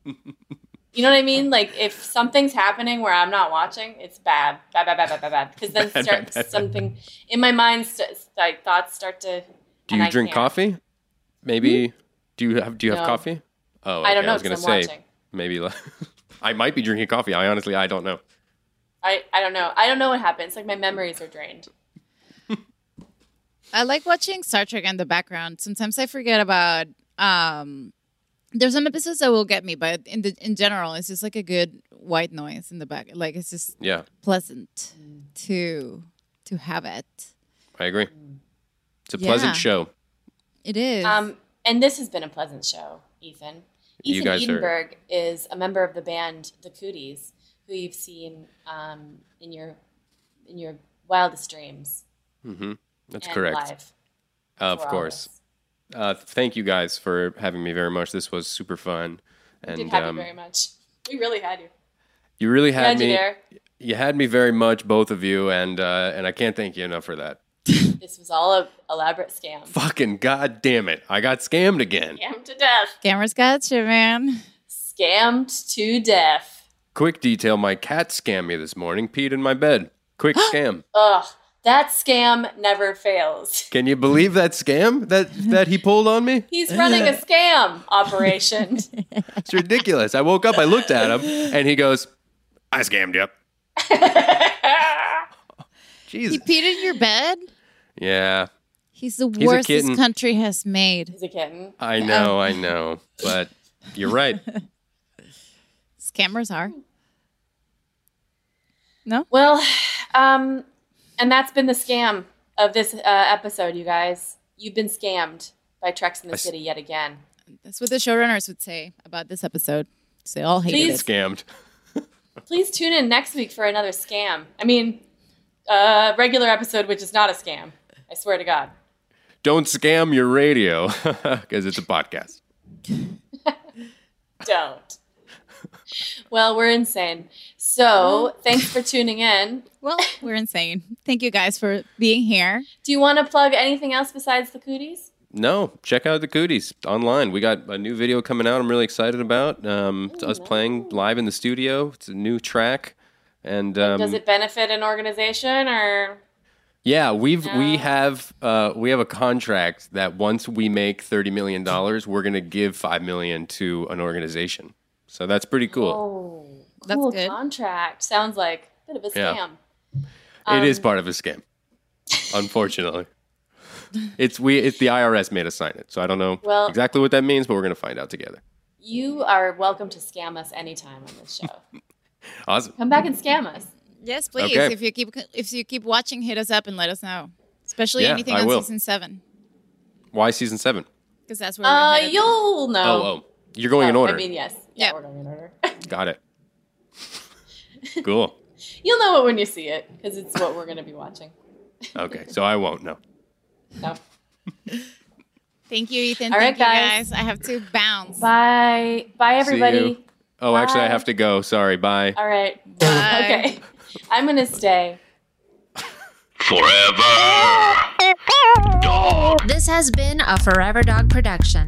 you know what I mean? Like if something's happening where I'm not watching, it's bad, bad, bad, bad, bad, bad, bad. Because then Bad, start bad, bad, bad. something in my mind, st- like thoughts start to. Do and you I drink can't. Hmm? coffee? Maybe. Do you have Do you have No. coffee? Oh, I don't okay, know I was 'cause gonna I'm say watching. maybe. Like, I might be drinking coffee. I honestly I don't know. I I don't know. I don't know what happens. Like my memories are drained. I like watching Star Trek in the background. Sometimes I forget about. Um, there's some episodes that will get me, but in the in general, it's just like a good white noise in the back. Like it's just Yeah. pleasant to to have it. I agree. It's a pleasant Yeah. show. It is. Um, and this has been a pleasant show, Ethan. You Ethan guys are- Edenberg is a member of the band The Cooties, who you've seen um, in your in your wildest dreams. hmm That's and correct. Live. Of for all course. Uh, thank you guys for having me very much. This was super fun, We and did have um, you very much. We really had you. you really had Glad me. you there. you had me very much, both of you, and uh, and I can't thank you enough for that. This was all a elaborate scam. Fucking god damn it! I got scammed again. Scammed to death. Cameras got you, man. Scammed to death. Quick detail: my cat scammed me this morning. Peed in my bed. Quick scam. Ugh. That scam never fails. Can you believe that scam that that he pulled on me? He's running a scam operation. It's ridiculous. I woke up, I looked at him, and he goes, "I scammed you." He Jeez. peed in your bed. Yeah, He's the He's a worst this kitten. country has made. He's a kitten. I know, I know, but you're right. Scammers are. Well, um, and that's been the scam of this uh, episode, you guys. You've been scammed by Treks in the I s- City yet again. That's what the showrunners would say about this episode. 'cause They all hate Please. it. Scammed. Please tune in next week for another scam. I mean, uh, regular episode, which is not a scam. I swear to God. Don't scam your radio because it's a podcast. Don't. well, we're insane. So thanks for tuning in. Well, we're insane. Thank you guys for being here. Do you want to plug anything else besides the cooties? No, check out the Cooties online. We got a new video coming out. I'm really excited about. Um, it's Oh, us playing live in the studio. It's a new track, and um, Does it benefit an organization or Yeah, we've we have uh, we have a contract that once we make thirty million dollars, we're gonna give five million to an organization. So that's pretty cool. Oh, cool contract. Sounds like a bit of a Yeah. scam. it is um, part of a scam, unfortunately. it's we it's the IRS made us sign it, so I don't know Well- exactly what that means, but we're gonna find out together. You are welcome to scam us anytime on this show. Awesome. Come back and scam us. Yes, please. Okay. If you keep if you keep watching, hit us up and let us know. Especially Yeah, anything I on will. season seven, Why season seven? because that's where. we're Uh, headed. you'll know. Oh, oh, you're going in Oh, order. I mean, yes. Yeah, we're going in order. Got it. cool. You'll know it when you see it because it's what we're going to be watching. Okay, so I won't know. No. Thank you, Ethan. All Thank right, you guys. I have to bounce. Bye. Bye, everybody. Oh, actually, I Bye. have to go. Sorry. Bye. All right. Okay. I'm going to stay. This has been a Forever Dog production.